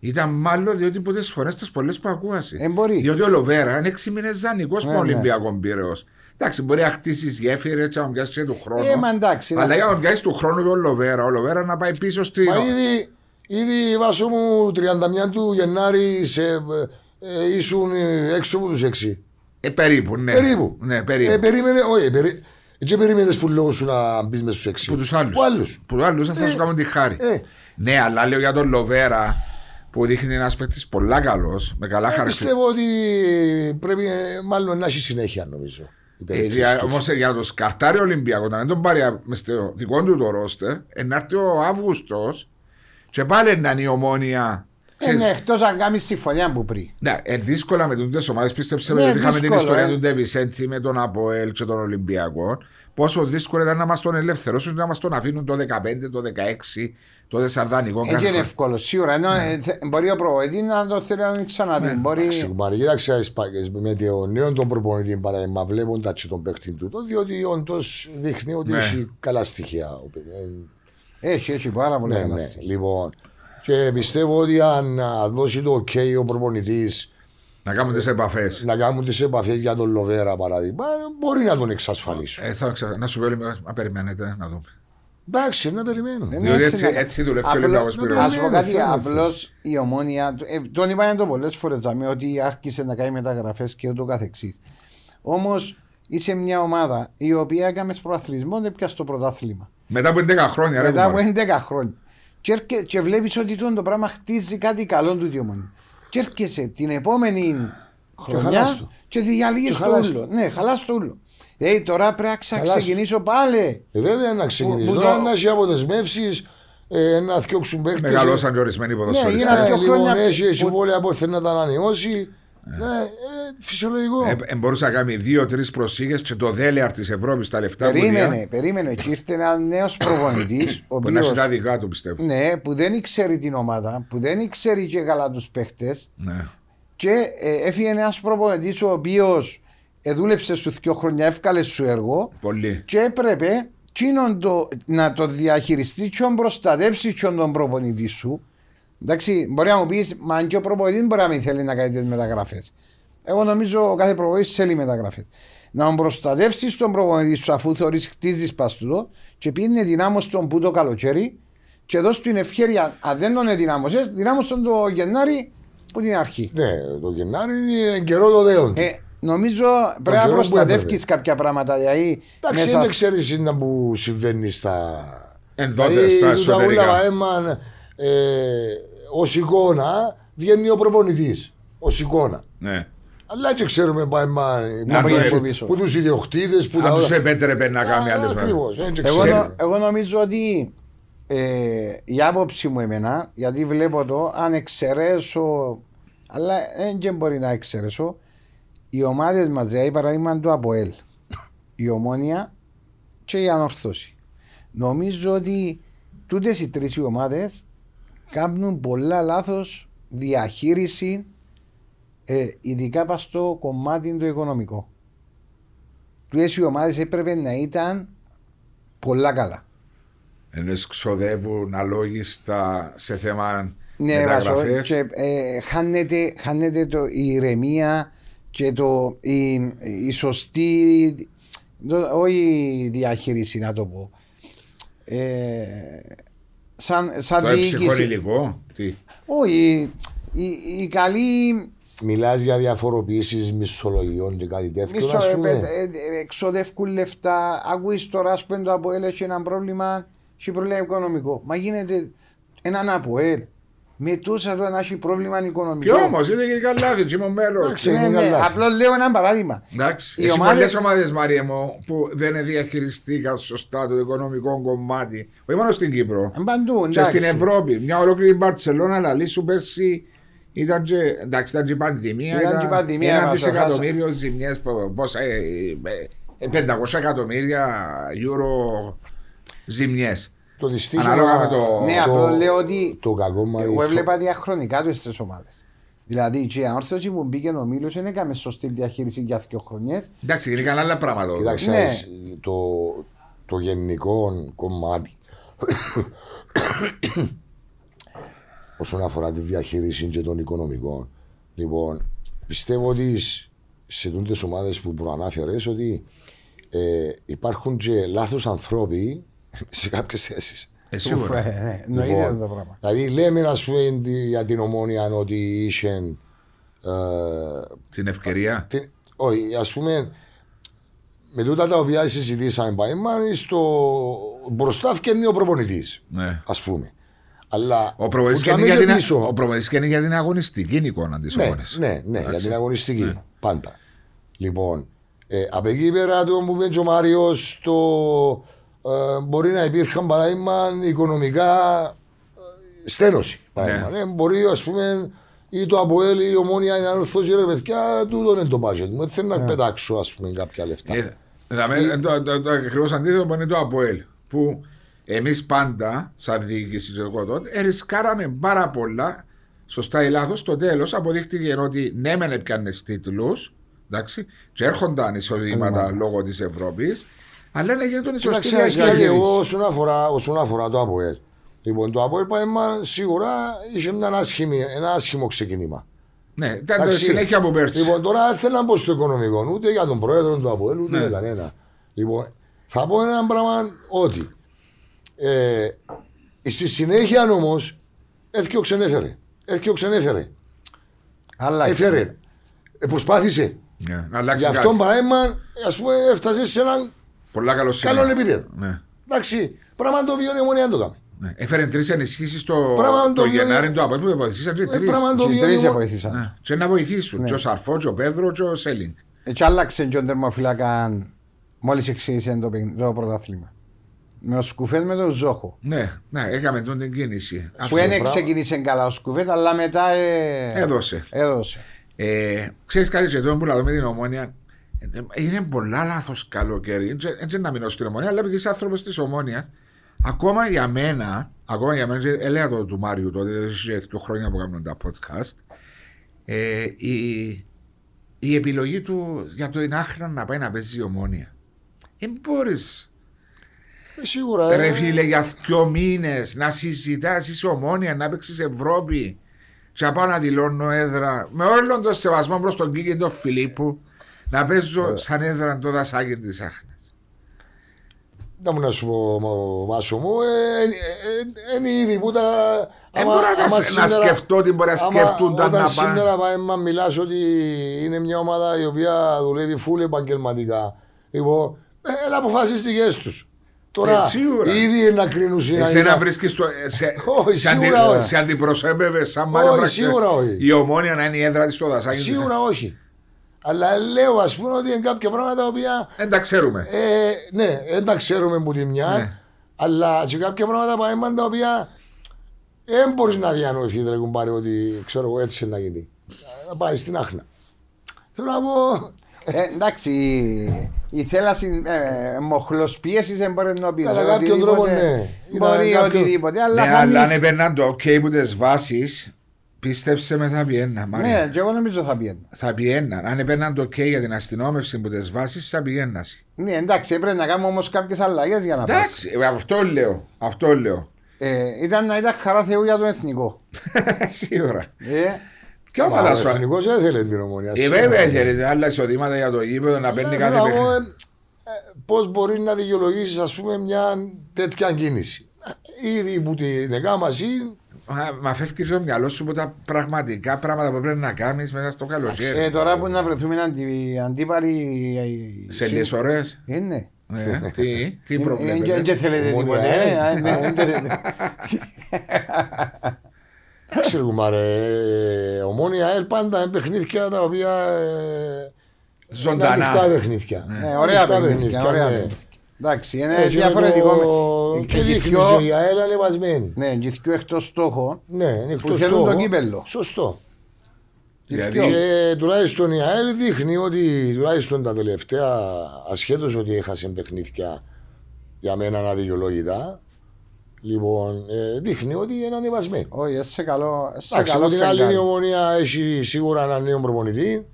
Ήταν μάλλον διότι πολλές φορές τις πολλές που ακούασε. Ε, μπορεί. Διότι ο Λοβέρα είναι 6 μήνες ζανικός Ναι, με ναι. Ολυμπιακό Πύρεος. Εντάξει, μπορεί να χτίσεις γέφυρες και να πιάσεις και του χρόνου. Ε, μα εντάξει. Αλλά να- για να πιάσεις του χρόνου και ο Λοβέρα. Ο Λοβέρα να πάει πίσω στην... Μα ήδη, ήδη βάσο μου 31 του Γενάρη σε, ε, ε, ήσουν ε, έξω από τους 6. Ε, περίπου, ναι. Περίπου. Ναι, περίπου. Ε, περίμενε, όχι, περί... Δεν περίμενες που λόγω σου να μπεις μέσα στους έξι. Που τους άλλους. Που άλλους. Που τους άλλους, θα Ε, σου κάνουν τη χάρη. ε. Ναι, αλλά λέω για τον Λοβέρα που δείχνει ένας παίκτης πολλά καλός, με καλά Ε, χαρακτηριστικά. πιστεύω ότι πρέπει ε, μάλλον να έχει συνέχεια νομίζω. Ε, η περίπτωση του. Όμως για να το σκαρτάρει ο Ολυμπιακός, να μην τον πάρει μες στο δικό του το ρόστερ, ε, να έρθει ο Αύγουστος και πάλι να είναι η ομόνια. Ε, Ξέρεις, ναι, εκτός αν κάνεις συμφωνία που πριν. Ναι, ε, δύσκολα με τούτες ομάδες. Πίστεψε με, Ναι, ότι είχαμε την δύσκολο, ιστορία ε. του Ντεβισέντη με τον Αποέλ και τον Ολυμπιακό. Πόσο δύσκολο ήταν να μας τον ελευθερώσουν, να μας τον αφήνουν το 15, το 16, τότε σαν δανεικό. κάθε Έτσι είναι χρόνο. εύκολο, σίγουρα. Ενώ ε, θε- μπορεί ο προβοητή να το θέλει να τον ξαναδεί. μπορεί... Εντάξει, κουμάρι, κοίταξε ας πάγες, με το νέος τον προπονητή παράδειγμα βλέποντα και τον παίχτη του, το, διότι όντως δείχνει ότι Ναι. έχει καλά στοιχεία. ο παι- ε, Έχει, έχει πάρα πολύ Ναι, καλά ναι, στοιχεία. λοιπόν. Και πιστεύω ότι αν α, δώσει το OK ο προπονητής Να κάνουν τις επαφές. να κάνουν τις επαφές για τον Λοβέρα παράδειγμα, μπορεί να τον εξασφαλίσουν. Ε, θα ξα- να σου πω λίγο, να περιμένετε να δούμε. Εντάξει, να Ναι, περιμένουμε. Διότι έτσι έτσι, να- έτσι δουλεύει και ο Απλά- Ολυμπιακός ναι, πλέον. Α πω κάτι, θέλω, απλώς η ομόνια. ε, Τον είπαμε το πολλές φορές ότι άρχισε να κάνει μεταγραφές και ούτω καθεξής. Όμως είσαι μια ομάδα η οποία έκανε προαθλισμό, δεν πιάσει το πρωτάθλημα. Μετά από 11 χρόνια. ρε, Μετά από κουμπάρε. 11 χρόνια. Και, έρχε, και βλέπεις ότι τούτο το πράγμα χτίζει κάτι καλό του διομονή. Και έρχεσαι την επόμενη χαλάς χρονιά το. και διαλύει Και το χαλάς ούλο. Ναι, χαλάς το ούλο. Ε, τώρα πρέπει να Χαλάς το. ξεκινήσω πάλι. Ε, βέβαια να ξεκινήσει. που Τώρα το- να έχει αποδεσμεύσει, ε, να θιώξουν παίχτε. Μεγαλώσαν και ορισμένοι Ναι, ποδοσφαιριστές. είναι γίνανε δύο δύο χρόνια χρόνια. Έχει που- συμβόλαια που θέλει να τα ανανεώσει. Ναι, ε, φυσιολογικό. Ε, ε, μπορούσε να κάνει δύο-τρει προσήγε και το δέλεαρ της Ευρώπης τα ε. λεφτά που Περίμενε, διά, περίμενε. Και ήρθε ένας νέος προπονητής, ο που να οποίος. έχει τα δικά του πιστεύω. Ναι, που δεν ήξερε την ομάδα, που δεν ήξερε και καλά τους παίχτες. Ναι. Και ε, έφυγε ένας προπονητής ο οποίος δούλεψε σου δύο χρόνια, έφκαλε σου έργο. Πολύ. και έπρεπε εκείνον το, να το διαχειριστεί και να προστατεύσει και τον προπονητή σου. Εντάξει, μπορεί να μου πεις, μα αν και ο προπονητής μπορεί να μην θέλει να κάνει τις μεταγραφές. Εγώ νομίζω ο κάθε προπονητής θέλει μεταγραφές. Να τον προστατεύσεις τον προπονητή σου αφού θεωρείς χτίζεις παστούτο και πήγαινε δυνάμω τον που το καλοκαίρι και δώσ' του την ευκαιρία. Αν δεν τον εδυνάμωσε, δυνάμωσε τον το Γενάρη που την αρχή. Ναι, το Γενάρη είναι καιρό το δέον. Ε, νομίζω πρέπει καιρό να που προστατεύει έπρεπε. κάποια πράγματα. Δηλαδή, Εντάξει, μέσα δεν σ- ξέρεις είναι που συμβαίνει στα. Ενδότερα, Δηλαδή, στα τα εσωτερικά. ούλα, έμα, ε, ω εικόνα βγαίνει ο προπονητής. Ω εικόνα. Ναι. Αλλά και ξέρουμε πάει μα, Να που, το τους- έχω πίσω. που τους ιδιοκτήτες, που Αν τους επέτρεπε να κάνει άλλες Ακριβώς, δεν Εγώ, Ξέρει. νο- εγώ νομίζω ότι ε, η άποψη μου εμένα, γιατί βλέπω το, αν εξαιρέσω, αλλά δεν και μπορεί να εξαιρέσω, οι ομάδες μας, δηλαδή παράδειγμα του ΑΠΟΕΛ, η Ομόνια και η Ανορθώση. Νομίζω ότι τούτες οι τρεις ομάδες κάνουν πολλά λάθος διαχείριση, ε, ειδικά πας στο κομμάτι το οικονομικό. Τούτε οι ομάδες έπρεπε να ήταν πολλά καλά. Ενώ ξοδεύουν αλόγιστα σε θέμα Ναι, Βάσο, μεταγραφές. και ε, χάνεται, χάνεται το, η ηρεμία και το, η, η σωστή, το- όχι η διαχείριση να το πω. Ε, σαν, σαν Το έψυχο διοίκηση. υλικό. Τι. Όχι, η, η, η καλή Μιλάς για διαφοροποιήσεις μισθολογιών και κάτι τέτοιο, μισό, ας ε, πούμε. ε, ε, εξοδεύκουν λεφτά, ακούεις τώρα ας πούμε το ΑΠΟΕΛ έχει ένα πρόβλημα έχει πρόβλημα οικονομικό. Μα γίνεται έναν ΑΠΟΕΛ με τόσα τώρα να έχει πρόβλημα Και οικονομικό. όμως είναι και καλά, δεν είμαι μέλος. Εντάξει. Ναι, Ξένοι ναι, καλά. απλώς λέω ένα παράδειγμα. Εντάξει. Οι Εσύ ομάδες- πολλές ομάδες, Μαρία μου, που δεν διαχειριστήκαν σωστά το οικονομικό κομμάτι, όχι μόνο στην Κύπρο, Ε, Παντού, και εντάξει. στην Ευρώπη. Μια ολόκληρη Μπαρτσελώνα, αλλά σου πέρσι ήταν και, εντάξει, ήταν και η πανδημία. Ήταν και η πανδημία, Ένα μας το δισεκατομμύριο ζημιές, πο- πόσα, ε, ε, ε, 500 εκατομμύρια euro ζημιές. Το δυστύχημα... Ανάλογα με το- Ναι, απλώ λέω ότι Το κακό μάτι... εγώ έβλεπα διαχρονικά του στις ομάδες. Δηλαδή, και η ανόρθωση που μπήκε ο Μίλος δεν έκαμε σωστή διαχείριση για δύο χρονιές. Εντάξει, γίνηκαν άλλα πράγματα. Κοιτάξτε, Ναι. να δεις, το, το γενικό κομμάτι όσον αφορά τη διαχείριση και των οικονομικών. Λοιπόν, πιστεύω ότι σ- σε τούντες ομάδες που προανάφερες ότι ε, υπάρχουν και λάθος ανθρώποι σε κάποιες θέσεις. Ε, σίγουρα. Ε, ναι, Εννοείται αυτό το πράγμα. Δηλαδή λέμε να σου για την ομόνια ότι είσαι ε, Την ευκαιρία. τι- όχι, ας πούμε, με τούτα τα οποία συζητήσαμε πάει, μα στο μπροστά φτιάχνει ο προπονητής, Ναι. ας πούμε. Αλλά Ο προπονητής που καίνει για τζαμίζει την- πίσω- ο προπονητής καίνει για την αγωνιστική εικόνα της ναι, ομόνης. ναι, ναι, για την αγωνιστική. Πάντα. Λοιπόν, ε, από εκεί πέρα το που είπε ο Μάριος, το ε, μπορεί να υπήρχαν παράδειγμα οικονομικά ε, στένωση. παράδειγμα. Ναι. Ε, μπορεί, ας πούμε, ή το Αποέλ ή η ομόνια να ορθώσει ρε παιδιά, τούτο είναι το budget μου. Δεν θέλω να πετάξω, ας πούμε, κάποια λεφτά. Ναι. Ε, Δηλαδή, το, το, το ακριβώς αντίθετο που είναι το ΑΠΟΕΛ. Που εμείς πάντα, σαν διοίκηση και εγώ τότε, ε, ρισκάραμε πάρα πολλά, σωστά ή λάθος. Στο τέλος αποδείχτηκε ότι ναι, μεν έπιανε τίτλους, εντάξει, και έρχονταν εισοδήματα λόγω της Ευρώπης, αλλά δεν γινόταν η σωστή Κοίταξε, Άγγελε, διαχείριση. εγώ όσον αφορά, όσον αφορά το ΑΠΟΕΛ. Λοιπόν, το ΑΠΟΕΛ πάει μα, σίγουρα είχε μια άσχημη, ένα άσχημο ξεκίνημα. Ναι, ήταν το Εντάξει. συνέχεια από πέρσι. Λοιπόν, τώρα θέλω να πω στο οικονομικό, ούτε για τον πρόεδρο του Αποέλ, ούτε Ναι. για κανένα. Λοιπόν, θα πω ένα πράγμα ότι ε, στη συνέχεια όμως έφυγε ο ξενέφερε. Έφυγε ο ξενέφερε. Αλλά Έφερε. Ε, προσπάθησε. Ναι, να αλλάξει Γι' αυτό κάτι. παράδειγμα, ας πούμε, έφτασε σε έναν Πολλά καλό καλό σημείο. επίπεδο. Ναι. Εντάξει, πράγμα το οποίο η Ομόνια δεν το κάνει. Ναι. Έφερε τρεις ενισχύσεις το, Πράγμα το, το οποίο- Γενάρη του Απόλυτου. Δεν βοηθήσαν και Ε, τρεις. πράγμα το Και οι οποίο. η τρεις σε Ομο- βοήθησαν. Ναι. Και να βοηθήσουν. Και ο Σαρφό, και ο Πέδρο, και ο Σέλινγκ. Έτσι άλλαξε και ο τερμοφυλάκαν μόλις εξήγησε το, παιχνίδι- το πρωτάθλημα. Με ο Σκουφέτ με τον Ζόχο. Ναι, ναι, έκαμε τον την κίνηση. Σου ένε μπράβο. ξεκίνησε καλά ο Σκουφέτ, αλλά μετά ε, Έδωσε. έδωσε. Ε, Ξέρεις κάτι, και εδώ που λαδούμε την ομόνια. ε, ε, Είναι πολλά λάθος καλοκαίρι. Έτσι να μείνω στην ομόνια, αλλά επειδή είσαι άνθρωπος της ομόνιας, ακόμα για μένα, ακόμα για μένα, και έλεγα το του Μάριου τότε, δεν είχε δύο χρόνια που κάνουμε τα podcast, ε, η, η επιλογή του για το Ινάχνα να πάει να παίζει η ομόνια. Δεν μπορείς. Ε, Σίγουρα. ε, Ρε φίλε, για δυο μήνες να συζητάς, είσαι ομόνια, να παίξεις Ευρώπη. Και να πάω να δηλώνω έδρα. Με όλον τον σεβασμό προς τον Κίκη και τον Φιλίππου, να Ε. παίζω σαν έδρα το δασάκι της Άχνας. Να μου να σου πω, μ- Βάσο μου, ε, ε, ε, είναι ήδη που τα. Δεν άμα- μπορώ Ε, να, άμα τα- να σήμερα- σκεφτώ τι μπορεί να άμα- σκεφτούνταν όταν να πάνε. σήμερα πάει, μα μιλάς ότι είναι μια ομάδα η οποία δουλεύει φουλ επαγγελματικά. Λοιπόν, ε, έλα αποφασίστηκες τους. Τώρα, Ε, σίγουρα. ήδη να κρίνουν συναντικά. Εσένα βρίσκεις το. ε, Σε, Όχι, σε, αντι, σίγουρα όχι. σε αντιπροσώπευες σαν Μάριο Όχι, Βραξέ, σίγουρα όχι. Η ομόνια να είναι η έδρα της στο δασάκι της. Σίγουρα όχι. Αλλά λέω, ας πούμε, ότι είναι κάποια πράγματα τα οποία Δεν τα ξέρουμε. Ε, ναι, δεν τα ξέρουμε που τη μια, Ναι. αλλά και κάποια πράγματα παέμαν τα οποία δεν μπορείς να διανοηθεί ρε κουμπάρι ότι ξέρω εγώ έτσι να γίνει. Να πάει στην άχνα. Θέλω να πω. Ε, εντάξει, η- η θέλαση ε, μοχλοσπίεσης δεν μπορεί να πει. Κατά Δεν κάποιον τρόπο, οτιδήποτε. ναι. Ήταν Μπορεί κάποιο- οτιδήποτε, Ναι, αλλά αλλά αν χάνεις. έπαιρναν το OK που τις βάσεις, πίστεψε με θα πιένα. Μάριο. Ναι, και εγώ νομίζω θα πιένω. θα πιέναν. Αν έπαιρναν το OK για την αστυνόμευση που τις βάσεις, θα πιέναν. Ναι, εντάξει, έπρεπε να κάνουμε όμως κάποιες αλλαγές για να πέσει. Εντάξει, ε, αυτό λέω. Αυτό λέω. Ε, ήταν, ήταν χαρά Θεού για το εθνικό. Σίγουρα. Ε, Και ομάδα σου. Ο α- εθνικός δεν θέλει την ομονία. ε, Ε, βέβαια, ξέρετε, άλλα εισοδήματα για το γήπεδο Ε, να παίρνει κάθε παιχνίδι. Πώ ε, μπορεί να δικαιολογήσεις, ας πούμε, μια τέτοια κίνηση. Ήδη που την έκανα εσύ, Μα- Μα φεύγει το μυαλό σου από τα πραγματικά πράγματα που πρέπει να κάνεις μέσα στο ε, καλοκαίρι. τώρα που να βρεθούμε αντι, αντίπαλοι. Σε λίγε ώρε. Ε, ναι. Τι, τι Ε, ε, και- προβλέπετε. και θέλετε Μόνο τίποτε. ε. ε, α, ναι, δεν θέλετε. Εντάξει, ρε κουμάρε. ε, Ομόνια ΕΛ πάντα είναι παιχνίδια τα οποία. ε, Ζωντανά. είναι Ανοιχτά παιχνίδια. Ναι, ωραία Ανοιχτά παιχνίδια. Ωραία ναι. παιχνίδια. Εντάξει, είναι Ε, και διαφορετικό. το- με- Και και δείχνει δυο- η ΑΕΛ ανεβασμένη. Ναι, και δυο εκτό στόχων. Ναι, είναι εκτός θέλουν στόχου. το κύπελλο. Σωστό. Γιατί- Και τουλάχιστον η ΑΕΛ δείχνει ότι τουλάχιστον τα τελευταία, ασχέτως ότι έχασε παιχνίδια για μένα αναδικαιολόγητα, λοιπόν, ε, δείχνει ότι είναι ανεβασμένη. Όχι, είσαι καλό. είσαι Εντάξει, καλό από την άλλη φεγγάρι. η ομονία έχει σίγουρα έναν νέο προπονητή.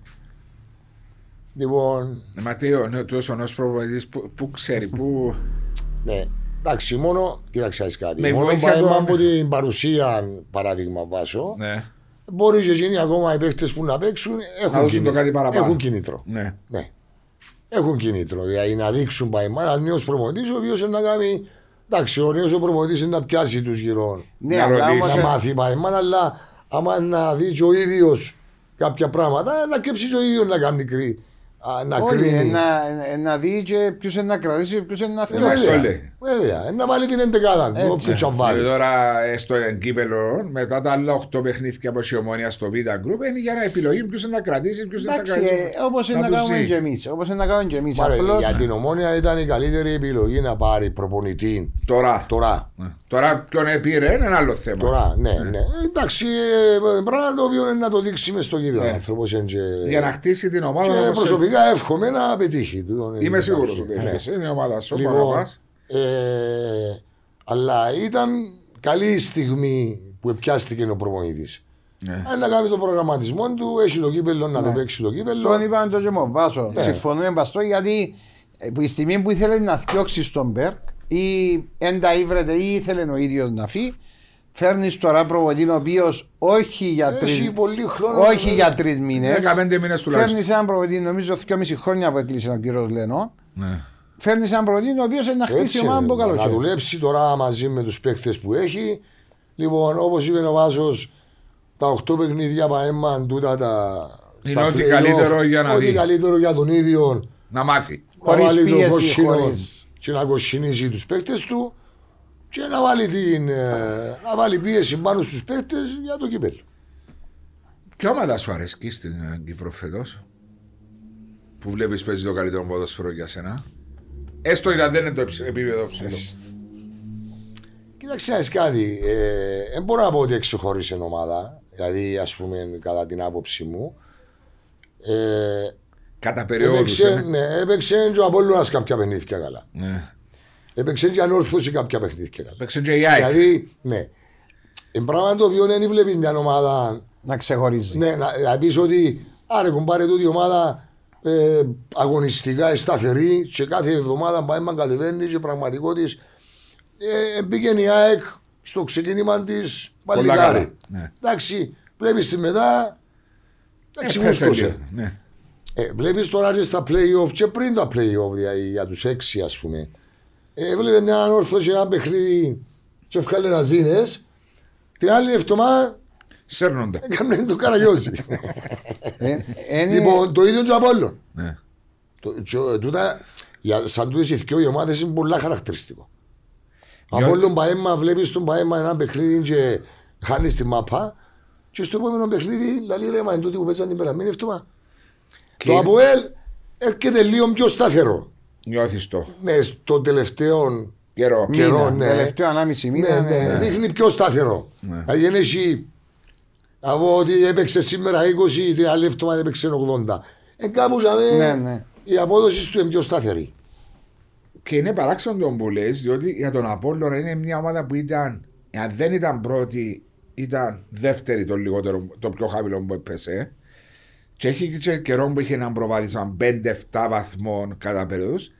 Λοιπόν, Ναι, Ματέο, ναι, τόσο ενό προπονητής που, που ξέρει, που. ναι. Εντάξει, μόνο, κοίταξε να δεις κάτι. Με μόνο βοήθεια παράδειγμα του- από την παρουσία, παράδειγμα βάσω, Ναι. μπορεί και εκείνοι ακόμα οι παίχτες που να παίξουν έχουν, δώσουν κίνητρο. το κάτι παραπάνω. έχουν κίνητρο. ναι. Ναι. Έχουν κίνητρο. Δηλαδή να δείξουν παϊμά έναν νέος προπονητής ο οποίος να κάνει. Εντάξει, ο νέος προπονητής είναι να πιάσει τους γύρω. Ναι, Να αλλά ρωτήσω. όμως, να ε, μάθει παϊμάν, αλλά άμα να δει και ο ίδιος κάποια πράγματα, να κέψει ο ίδιος να κάνει κρύ, α, να όχι, ε, κρίνει. να- ε, να δει και ποιος είναι να κρατήσει και ποιος είναι να Ε, θυκιώσει. το λέει. Βέβαια, ε, να βάλει την εντεκάδα του, Έτσι. όποιο Και τσαβάρει. τώρα ε, στο εγκύπελο, μετά τα άλλα 8 παιχνίδια από η ομόνια στο Β Group, είναι για να επιλογή ποιος να κρατήσει, ποιος δεν θα Εντάξει, κρατήσει. ε, όπως είναι να τους κάνουμε ζει. και εμείς. Όπως είναι να κάνουμε και εμείς. Μάρα, Απλώς- για την ομόνια ήταν η καλύτερη επιλογή να πάρει προπονητή Τώρα. τώρα. Ναι. Τώρα ποιον επήρε είναι ένα άλλο θέμα. Τώρα, ναι, ναι. Ε, Εντάξει, ε, πράγμα το οποίο είναι να το δείξει μες στο γήπεδο. Ναι. Ο άνθρωπος είναι και- Για να χτίσει την ομάδα. Και όπως- προσωπικά εύχομαι να πετύχει. Είμαι σίγουρο ότι Ναι. έχεις. ε, Είναι η ομάδα σου. Λοιπόν, παραπάς. ε, αλλά ήταν καλή η στιγμή που πιάστηκε ο προπονητής. Ναι. Αν να κάνει τον προγραμματισμό του, έχει το κύπελο να το παίξει το Τον κύπελο. είπαμε το και μόνο, Βάσο. Ναι. Συμφωνούμε παστό γιατί ε, που η στιγμή που ήθελε να θιώξει τον Μπερκ ή εν τα ήβρεται ή ήθελε ο ίδιος να φύγει, Φέρνεις τώρα προβολή ο οποίος όχι για Έχει τρεις πολύ χρόνο. ε, όχι για τρεις μήνες. 15 μήνε Φέρνει τουλάχιστον. έναν προβολή, νομίζω 2,5 χρόνια που έκλεισε ο κύριος Λένο. Ναι. Φέρνεις έναν προβολή ο οποίος να χτίσει Έτσι, ομάδα από ρε, καλό να χέρι. δουλέψει τώρα μαζί με τους παίκτες που έχει. Λοιπόν, όπως είπε ο Βάζο, τα 8 παιχνίδια παρέμαν τούτα τα. Είναι στα ό,τι play-off, καλύτερο για να ό,τι δει. καλύτερο για τον ίδιο. Να μάθει. Χωρίς να βάλει τον πίεση, κότσινο χωρίς- και να κοσκινίζει τους παίκτες του και να βάλει, την, ε, να βάλει πίεση πάνω στους παίκτες για το κύπελο. Ποια ομάδα σου αρέσκει στην ε, Κύπρο φέτος, που βλέπεις παίζει το καλύτερο ποδοσφαιρό για σένα. Έστω να δεν είναι το υψη- επίπεδο ψηλό. Κοίταξε να δεις κάτι, ε, δεν μπορώ να πω ότι εξεχώρισε ομάδα, δηλαδή ας πούμε κατά την άποψή μου. Ε, Κατά ε. περιόδους. έπαιξε, ναι, έπαιξε και ο Απόλλωνας κάποια παιχνίδια καλά. Ναι. Έπαιξε και η Ανόρθωση κάποια παιχνίδια καλά. Παίξε και η ΑΕΚ. Δηλαδή, ναι. Είναι πράγμα το οποίο δεν βλέπεις μια ομάδα Να ξεχωρίζει. Ναι, να, να πεις ότι άρε κουμπάρε τούτη η ομάδα ε, αγωνιστικά σταθερή και κάθε εβδομάδα πάει μα κατεβαίνει και πραγματικό της ε, πήγαινε η ΑΕΚ στο ξεκίνημα της Πολλά παλικάρι. καλά, ναι. Εντάξει, βλέπεις τη μετά. Εντάξει, Ε, πέσε φούσκωσε. λίγο, ναι. Ε, Βλέπεις τώρα και στα play-off και πριν τα play-off για, για τους έξι, ας πούμε. Ε, Έβλεπε μια ανόρθωση, ένα παιχνίδι και βγάλε ένα ζήνες. Την άλλη εβδομάδα Σέρνονται. έκανε το καραγιόζι. Ε, ε, είναι- Ναι. λοιπόν, το ίδιο και ο Απόλλων. Ναι. Το- τσο- τούτα, για, σαν τούτες οι δυο οι ομάδες είναι πολλά χαρακτηριστικό. Για- Από όλον Παέμα βλέπεις τον Παέμα ένα παιχνίδι και χάνεις τη μαπά και στο επόμενο παιχνίδι λέει ρε μα είναι τούτη που παίζανε πέρα είναι φτωμά. Και Το Αποέλ έρχεται λίγο πιο σταθερό. νιώθεις το Ναι, στο τελευταίο καιρό. μήνα, καιρό, ναι. Τελευταίο ανάμιση ναι, μήνα. ναι, ναι. δείχνει πιο σταθερό. Ναι. Δηλαδή δεν έχει να πω ότι έπαιξε σήμερα 20, την άλλη εβδομάδα έπαιξε 80. Ε, κάπου για μέ- Ναι, ναι. η απόδοση του είναι πιο σταθερή. Και είναι παράξενο τον που λες, διότι για τον Απόλλωνα είναι μια ομάδα που ήταν, αν δεν ήταν πρώτη, ήταν δεύτερη το λιγότερο, το πιο χαμηλό που έπεσε. Και έχει και καιρό που είχε έναν προβάδισμα 5-7 βαθμών κατά περίοδους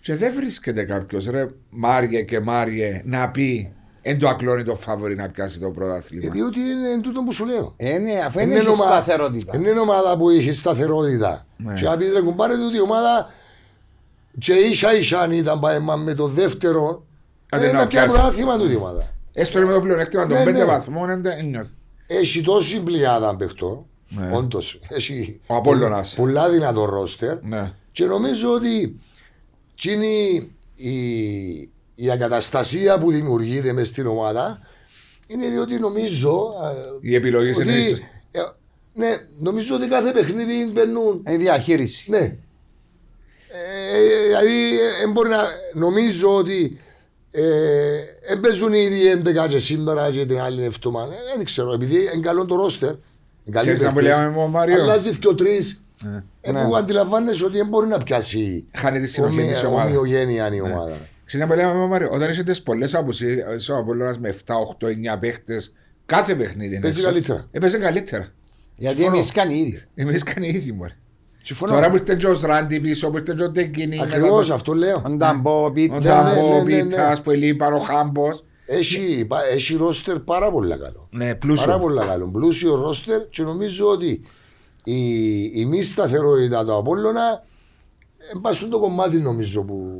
Και δεν βρίσκεται κάποιος, ρε Μάριε και Μάριε, να πει εν το ακλόνι το φαβορή να πιάσει το Ε, πρωτάθλημα. διότι είναι εν τούτο που σου λέω. Ε, ναι, αφού Είναι είναι ομα- σταθερότητα. Είναι ομάδα που είχε σταθερότητα. Ναι. Και να πεις ρε κουμπάρε τούτη η ομάδα και ίσα ίσα αν ήταν πάει μα με το δεύτερο Άντε δεν να είναι πια πιάσει. προάθλημα τούτη η ομάδα. Έστω και με το πλεονέκτημα των Ναι, 5 ναι. βαθμών, εν τε- εν νιώθει. Έχει τόση πλειάδα παιχτών, Ναι. όντως. Έχει Ο Απόλλωνας. πολλά δυνατό ρόστερ. Ναι. Και νομίζω ότι εκείνη η, η ακαταστασία που δημιουργείται μες στην ομάδα είναι διότι νομίζω ε, Οι επιλογέ είναι ότι, ίσες. ε, ναι, νομίζω ότι κάθε παιχνίδι μπαίνουν. Ε, διαχείριση. Ναι. Ε, δηλαδή, ε, ε, μπορεί να, νομίζω ότι ε, ε, παίζουν ήδη 11 και σήμερα και την άλλη εβδομάδα. Ε, δεν ξέρω, επειδή είναι καλό το ρόστερ. Ξέρεις να που λέμε με τον Μάριο. Αλλάζει και ο τρεις. Ναι. Ε, Ναι. που αντιλαμβάνεσαι ότι δεν μπορεί να πιάσει Χάνει τη συνοχή ομοι- της ομάδας. Ναι. ομοιογένεια η ομάδα. Ξέρετε, λέμε με Μάριο, όταν είσαι τις πολλές απουσίες, ο Απόλλωνας με 7, 8, 9 παίχτες, κάθε παιχνίδι είναι Παίζει έξω. καλύτερα. Ε, παίζει καλύτερα. Γιατί Συμφωνώ. εμείς κάνει ήδη. Εμείς κάνει ήδη μωρέ. Συμφωνώ. Τώρα που είστε και ο Σράντι πίσω, που είστε και ο Τεγκίνη. Ακριβώς αυτό λέω. Ο Νταμπό, Ο Πίτσα. ναι, Νταμπό, ναι, ο ναι. Πίτσας, που ελείπαν, ο Χάμπος. Έχει, πα- έχει ρόστερ πάρα πολύ καλό. Ναι, πλούσιο. Πάρα πολύ καλό. Πλούσιο ρόστερ και νομίζω ότι η, η μη σταθερότητα του Απόλλωνα ε, πας στο κομμάτι νομίζω που...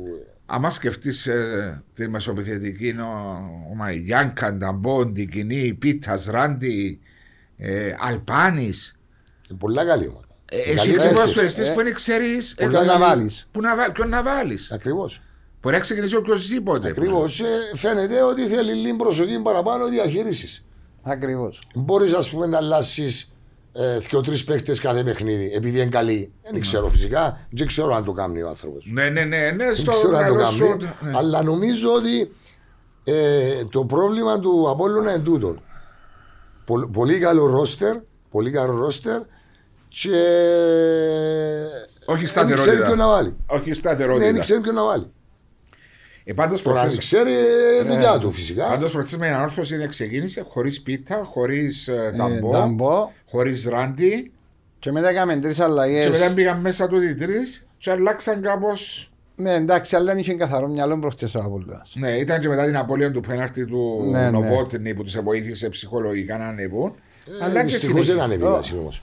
Άμα σκεφτείς ε, τη μεσοπιθετική, είναι ο, ο Μαϊγιάνκα, Νταμπό, Ντικινή, Πίτας, Ράντι, ε, Αλπάνης. Είναι πολλά καλή ομάδα. Ε, Η Εσύ καλή είσαι παίκτες. ποδοσφαιριστής Ε, που είναι ξέρεις ε, Που να βάλεις. που να βά- ποιον να βάλεις. Ακριβώς. Μπορεί να ξεκινήσει οποιοςδήποτε. Ακριβώς. Ε, Φαίνεται ότι θέλει λίγο προσοχή παραπάνω διαχείρισης. Ακριβώς. Μπορείς, ας πούμε, να αλλάσεις ε, δύο-τρει παίχτε κάθε παιχνίδι, επειδή είναι καλή. Δεν ξέρω φυσικά, δεν ξέρω αν το κάνει ο άνθρωπος. Ναι, ναι, ναι, ναι, Δεν στο ξέρω αν το καλό σου. κάνει. ναι. Αλλά νομίζω ότι ε, το πρόβλημα του Απόλλωνα είναι τούτο. Πολ- πολύ καλό ρόστερ, πολύ καλό ρόστερ και Όχι δεν σταθερότητα. ξέρει ποιον να βάλει. Όχι Ναι, δεν σταθερότητα. ξέρει ποιον να βάλει. Ε, Πάντως Τώρα αν ξέρει ε, Ναι. δουλειά του φυσικά. προχθέ με έναν όρθιο είναι ξεκίνησε χωρίς πίτα, χωρίς Ε, ταμπό, Νταμπό. χωρίς ράντι. Και μετά έκαμε τρεις Και μετά αλλαγέ. πήγαν μέσα του οι τρεις και αλλάξαν κάπως. Ναι, εντάξει, αλλά είχε καθαρό μυαλό προχτές ο Απόλλωνας. Ναι, ήταν και μετά την απώλεια του πέναρτη του Ναι, ναι. Νοβότνη που τους βοήθησε ψυχολογικά να ανεβούν. Ε, αλλά και Δυστυχώς δεν συνήθως. ανεβήκαν όμως.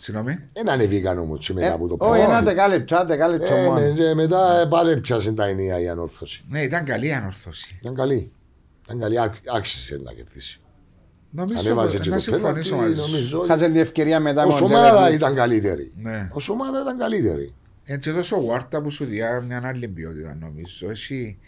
Συγγνώμη. Δεν ανεβήκαν όμως Ε, μετά από Ε, το Ε, Όχι, ένα πράγμα. δεκάλεπτο, ένα δεκάλεπτο Ε, μόνο. με- και Μετά ε, πάλι πιάσε τα ενία η ανόρθωση. Ναι, ήταν καλή η ανορθώση. Ήταν καλή. Ήταν καλή, ά- άξισε να κερδίσει. Νομίζω Ανέβαζε και να το πέναλτι, συμφωνήσω μαζί σου. νομίζω. Χάζε την ευκαιρία μετά Ως ο ομάδα Ντεβερτής. ήταν καλύτερη. Ναι. Ως ομάδα ήταν καλύτερη. Έτσι εδώ στο Βάρτα που σου διά μια άλλη ποιότητα νομίζω. Έχει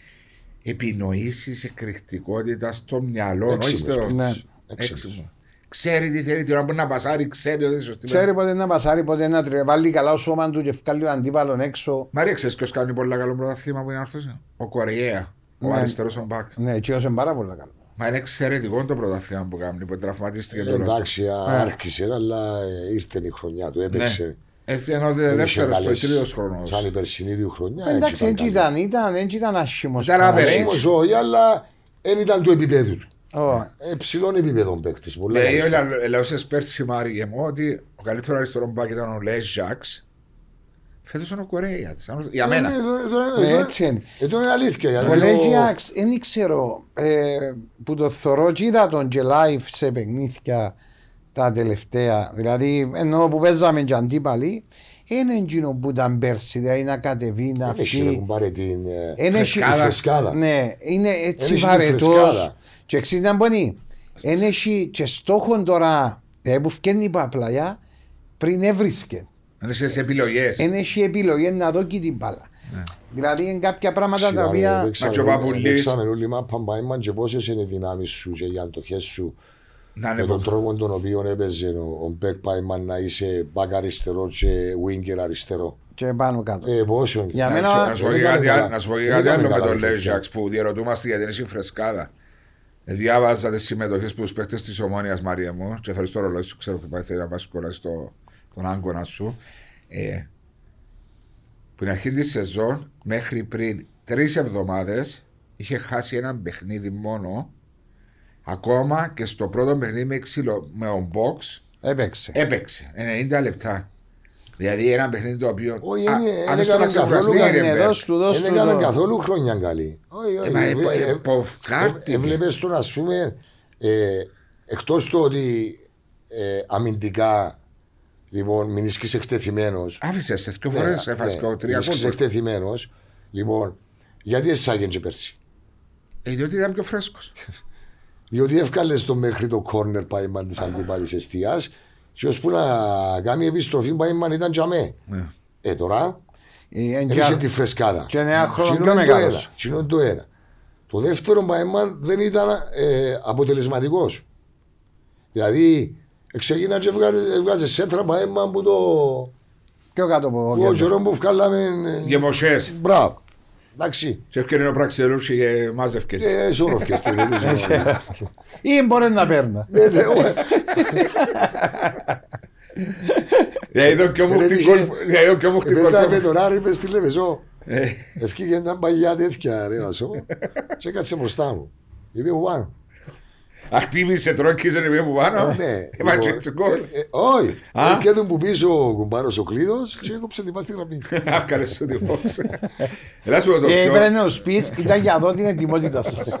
επινοήσεις εκρηκτικότητας στο μυαλό. όχι Έξιμος στο- Ναι. Έξιμος. Έξιμος. Ξέρει τι θέλει, την ώρα που να πασάρει, ξέρει ότι είναι σωστή. Ξέρει πότε να πασάρει, πότε να τρε- βάλει καλά ο σώμα του και βγάλει ο αντίπαλον έξω. Μαρία, ξέρεις ποιος κάνει πολύ καλό πρωταθλήμα που είναι όρθιο. Ο Κοριέα. Ο Ναι. αριστερός ο Μπακ. Ναι, έτσι όσο είναι πάρα πολύ καλό. Μα είναι εξαιρετικό το πρωταθλήμα που κάνει, που τραυματίστηκε Ε, το Εντάξει, άρχισε, αλλά ε, ήρθε η χρονιά του, έπαιξε. Έτσι ενώ δεν Δεν δεύτερο είχε στο καλές- τρίτο χρόνος. Σαν η περσινή του χρονιά. Εντάξει, έτσι καλή. ήταν, ήταν, έτσι ήταν άσχημος. Ήταν Καλά. average. Άσχημος όχι, αλλά δεν ήταν του επίπεδου του. Ω, Ε, ψηλών επίπεδων παίκτης. πολύ Λέει καλός ο Λαούσε πέρσι Μάρι μου ότι ο καλύτερος αριστερός μπακ ήταν ο Λε Ζαξ. Φέτο είναι ο Κορέα. Για Ε, μένα. ναι, εδώ- εδώ- ναι, εδώ- έτσι είναι. Εδώ είναι αλήθεια. γιατί Ο το- Λέγιαξ, δεν ξέρω, ε, που το θωρώ και είδα τον και live σε παιχνίδια τα τελευταία, δηλαδή ενώ που παίζαμε και αντίπαλοι, είναι εκείνο που ήταν πέρσι, δηλαδή να κατεβεί, να Δεν έχει ρε, που φύγει. πάρει την ε, Εν έχει- φρεσκάδα. τη φρεσκάδα. Ναι, είναι έτσι Εν έχει τη βαρετός. φρεσκάδα. Και ξέρεις να μπορεί, εν έχει και στόχον τώρα, δηλαδή που φκένει η παπλαγιά, πριν έβρισκε. Είναι σε επιλογέ. Ε, Εν έχει επιλογή να δω και την μπάλα. Ναι. Δηλαδή είναι κάποια πράγματα τα Ξημάρε, οποία... παίξαμε- Μάτσο Παπουλής. Παίξαμε όλοι μάπα μπάιμαν και πόσες είναι οι δυνάμεις σου και οι αντοχές σου Να με τον ανεβούν. τρόπο τον οποίο έπαιζε ο, ο Μπέκ Πάιμαν να είσαι μπακ αριστερό και winger αριστερό. και πάνω κάτω. Ε, πόσο Για Να μένα- σου- να σου πω Δεν και ήταν κάτι καλά. άλλο- να σου πω και Δεν κάτι ήταν άλλο με καλά τον Λε το παιχνίδι. Ζαξ που διαρωτούμαστε γιατί είναι φρεσκάδα. Ε, Διάβαζα τις συμμετοχές που τους παίχτε της Ομόνιας Μαρία μου και θα το ρολόι σου. Ξέρω και πάει θέλει να πα κολλάσει το, τον άγκονα σου. Ε, που την αρχή της σεζόν μέχρι πριν τρεις εβδομάδες είχε χάσει ένα παιχνίδι μόνο. Ακόμα και στο πρώτο παιχνίδι με ξύλο με on box Ε, Έπαιξε. έπαιξε 90 λεπτά. Δηλαδή ένα παιχνίδι το οποίο. Όχι, Α, είναι- άφησε δεν τον έκαναν να ξεκουραστεί, καθόλου Ρεμπέρ. Ναι, δώσ' του, δώσ' Δεν του έκαναν το. καθόλου χρονιά καλή. Όχι, Ε, όχι. μα Ε, επο- ε, εποφκάρτηκε. Έβλεπες τον, ας πούμε, ε, εκτός του ότι ε, αμυντικά λοιπόν, μην είσαι εκτεθειμένος. Άφησες σε δύο φορέ. Έφασε και ο τρία Είσαι γκολ. εκτεθειμένος. Λοιπόν, γιατί εσύ άγγεντζε πέρσι. Ε, Διότι ήταν πιο φρέσκος. Διότι εύκαλε το μέχρι το corner Πάιμαν τη αντίπαλη αιστεία και ώσπου να κάνει επιστροφή Πάιμαν ήταν τζαμέ. Ε, τώρα Ε, εν Είχε και- τη φρεσκάδα. και ένα χρόνο Τσινό πιο είναι το μεγάλος. ένα. Τσινό είναι το ένα. Το δεύτερο Μαεμάν δεν ήταν ε, αποτελεσματικός. Δηλαδή, ξεκίνα και έβγαζε, έβγαζε σέντρα Μαεμάν που το. Πιο κάτω από που ο το κέντρο. Τζερόμ που βγάλαμε. ε, Γεμοσέ. Μπράβο. Εντάξει. Σε ευκαιρία ο πραξιολού και μάζευκε. τη. Ε, σωρόφια στη Βενεζουέλα. Ή μπορεί να παίρνει. Ναι, ναι, ο- Ε, Είδω και μου Ρε, χτυπώ. είχε- Ε, είδω και μου χτυπώ. Επέσα με τον Άρη, είπε στη Λεβεζό. Ε, Ευκήγε μια παλιά τέτοια ρε Βασό. Και κάτσε μπροστά μου. Είπε μου πάνω. Αχτύπησε τρόκιζε να μου πάνω. Ναι. Έβαλε λοιπόν, έτσι γκολ. ε, ε, Όχι. Α? Και τον που πίσω ο κουμπάρος ο κλείδος και έκοψε την πάστη γραμμή. Αύκαλε σου τη φόξα. Ελά σου πω το Ε, πιο- Έπαιρνε ο Σπίτς και ήταν για δω την ετοιμότητα σας.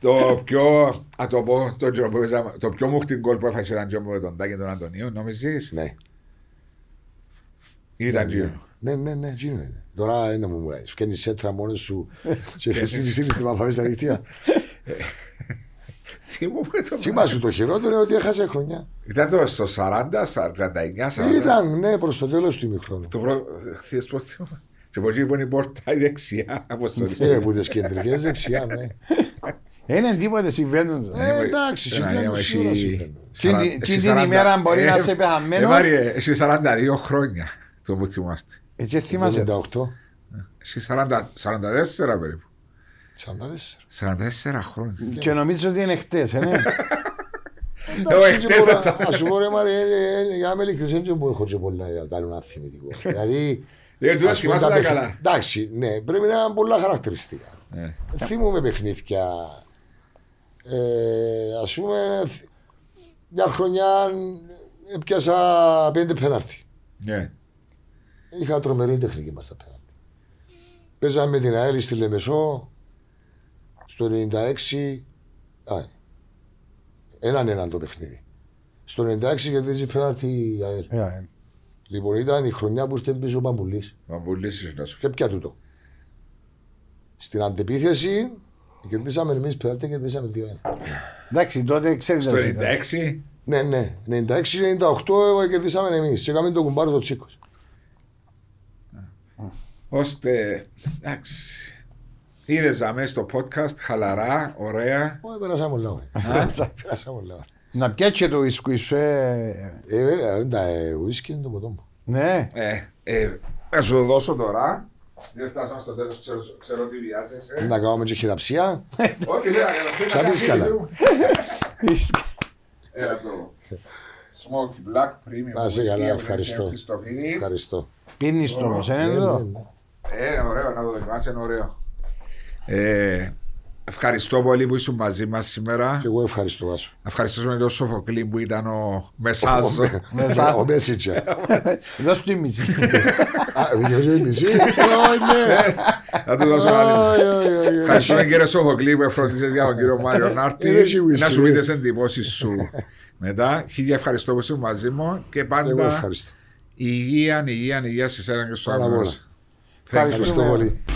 το πιο. Α το πω. το τζο- που παίζαμε- Το πιο μουχτή γκολ που έφασε ήταν τζόμπο με τον Τάκη και τον Αντωνίου. Νομίζεις. Ναι. Ήταν τζίρο. Ναι, ναι, ναι, εκείνο είναι. Τώρα δεν μου βγάζει. Φκένει σέτρα μόνος σου και φυσίλει στην παπαβή στα δικτύα. Τι μου είπε το Τι μα σου το χειρότερο είναι ότι έχασε χρονιά. Ήταν το στο 40, στα 39, 40. Ήταν, ναι, προς το τέλος του ημιχρόνου. Το πρώτο, χθες πώς θυμάμαι. Και πως λοιπόν η πόρτα η δεξιά από στο Ε, δεξιά. που τις κεντρικές δεξιά, ναι. Ε, Είναι τίποτε συμβαίνουν. Ε, εντάξει, συμβαίνουν σίγουρα. συμβαίνουν. Τι- τι την ημέρα μπορεί να είσαι πεθαμένος. Ε, Εσύ 42 χρόνια το που θυμάστε. Ε, Και θυμάσαι. 78. Εσύ 40 44 περίπου. 44. 44 χρόνια. Και νομίζω ότι είναι χτες, ε, ναι. Εντάξει, και χτες μπορώ- θα- να σου πω ρε Μαρία, ε, ε, για να είμαι ειλικρινής, δεν έχω και πολλά για να κάνω ένα θυμητικό. Δηλαδή, Ε, του Ας πούμε, θυμάσαι τα τα παιχνι- καλά. Εντάξει, ναι, πρέπει να είναι πολλά χαρακτηριστικά. Ε, Θυμούμε παιχνίδια. Ε, Ας πούμε, θ- μια χρονιά ε, πιάσα πέντε πέναρτη. Ναι. Είχα τρομερή τεχνική μας τα πέναρτη. Παίζαμε την ΑΕΛ στη Λεμεσό στο 96. Α, έναν έναν το παιχνίδι. Στο 96 κερδίζει πέναλτι η ΑΕΛ. Ε, Λοιπόν, ήταν η χρονιά που ήρθε πίσω ο Παμπουλής. Να πουλήσει να σου Και πια τούτο. Στην αντεπίθεση κερδίσαμε εμείς πέναλτι και κερδίσαμε 2-1. Εντάξει, τότε ξέρεις... Στο ρε, ήταν. 96. Ναι, ναι. 96-98 ε, κερδίσαμε εμείς. Και έκαμε το κουμπάρο το Τσίκος. ώστε. Εντάξει. Είδες ζαμέ στο podcast, χαλαρά, ωραία. Ω, πέρασαμε πολλά ωραία. Πέρασαμε πολλά ωραία. Να πιάτσε το ίσκου σου, ε, Ε, βέβαια, δεν τα ε, ουίσκι είναι το ποτό μου. ναι. Ε, ε, να σου το δώσω τώρα. Δεν φτάσαμε στο τέλος, ξέρω, ξέρω ότι βιάζεσαι. Να κάνουμε και χειραψία. Όχι, δεν αγαλαθώ. Σαν δίσκαλα. Έλα το. Smoke Black Premium. Να σε whisky, καλά, Ευγενής ευχαριστώ. Χριστοφίδης. Ευχαριστώ. Πίνεις το όμως, Ναι, είναι ναι, εδώ. ναι. Ε, ωραίο, να το δοκιμάσεις, είναι ωραίο. Ε, ευχαριστώ πολύ που ήσουν μαζί μας σήμερα. Και εγώ ευχαριστώ, Βάσο. Ευχαριστούμε τον Σοφοκλή που ήταν ο Μεσάζο. Ο- Ο Messenger. Δώσ' του τη μισή. Α, δικαιοσύνη μισή. Ω, ναι. Να του δώσω άλλη. Ω, ω, ω, ω. Ευχαριστούμε κύριε Σοφοκλή που φρόντισε για τον κύριο Μάριο Ε, Νάρτη. έχει whisky, Να σου ε. πει τις εντυπώσεις σου μετά. Χίλια ευχαριστώ που ήσουν μαζί μου και Και Εγώ πάντα ευχαριστώ. υγεία, υγεία, υγεία σε εσένα και στο Πάρα άλλο. πολλά. Thank you. Ευχαριστώ πολύ.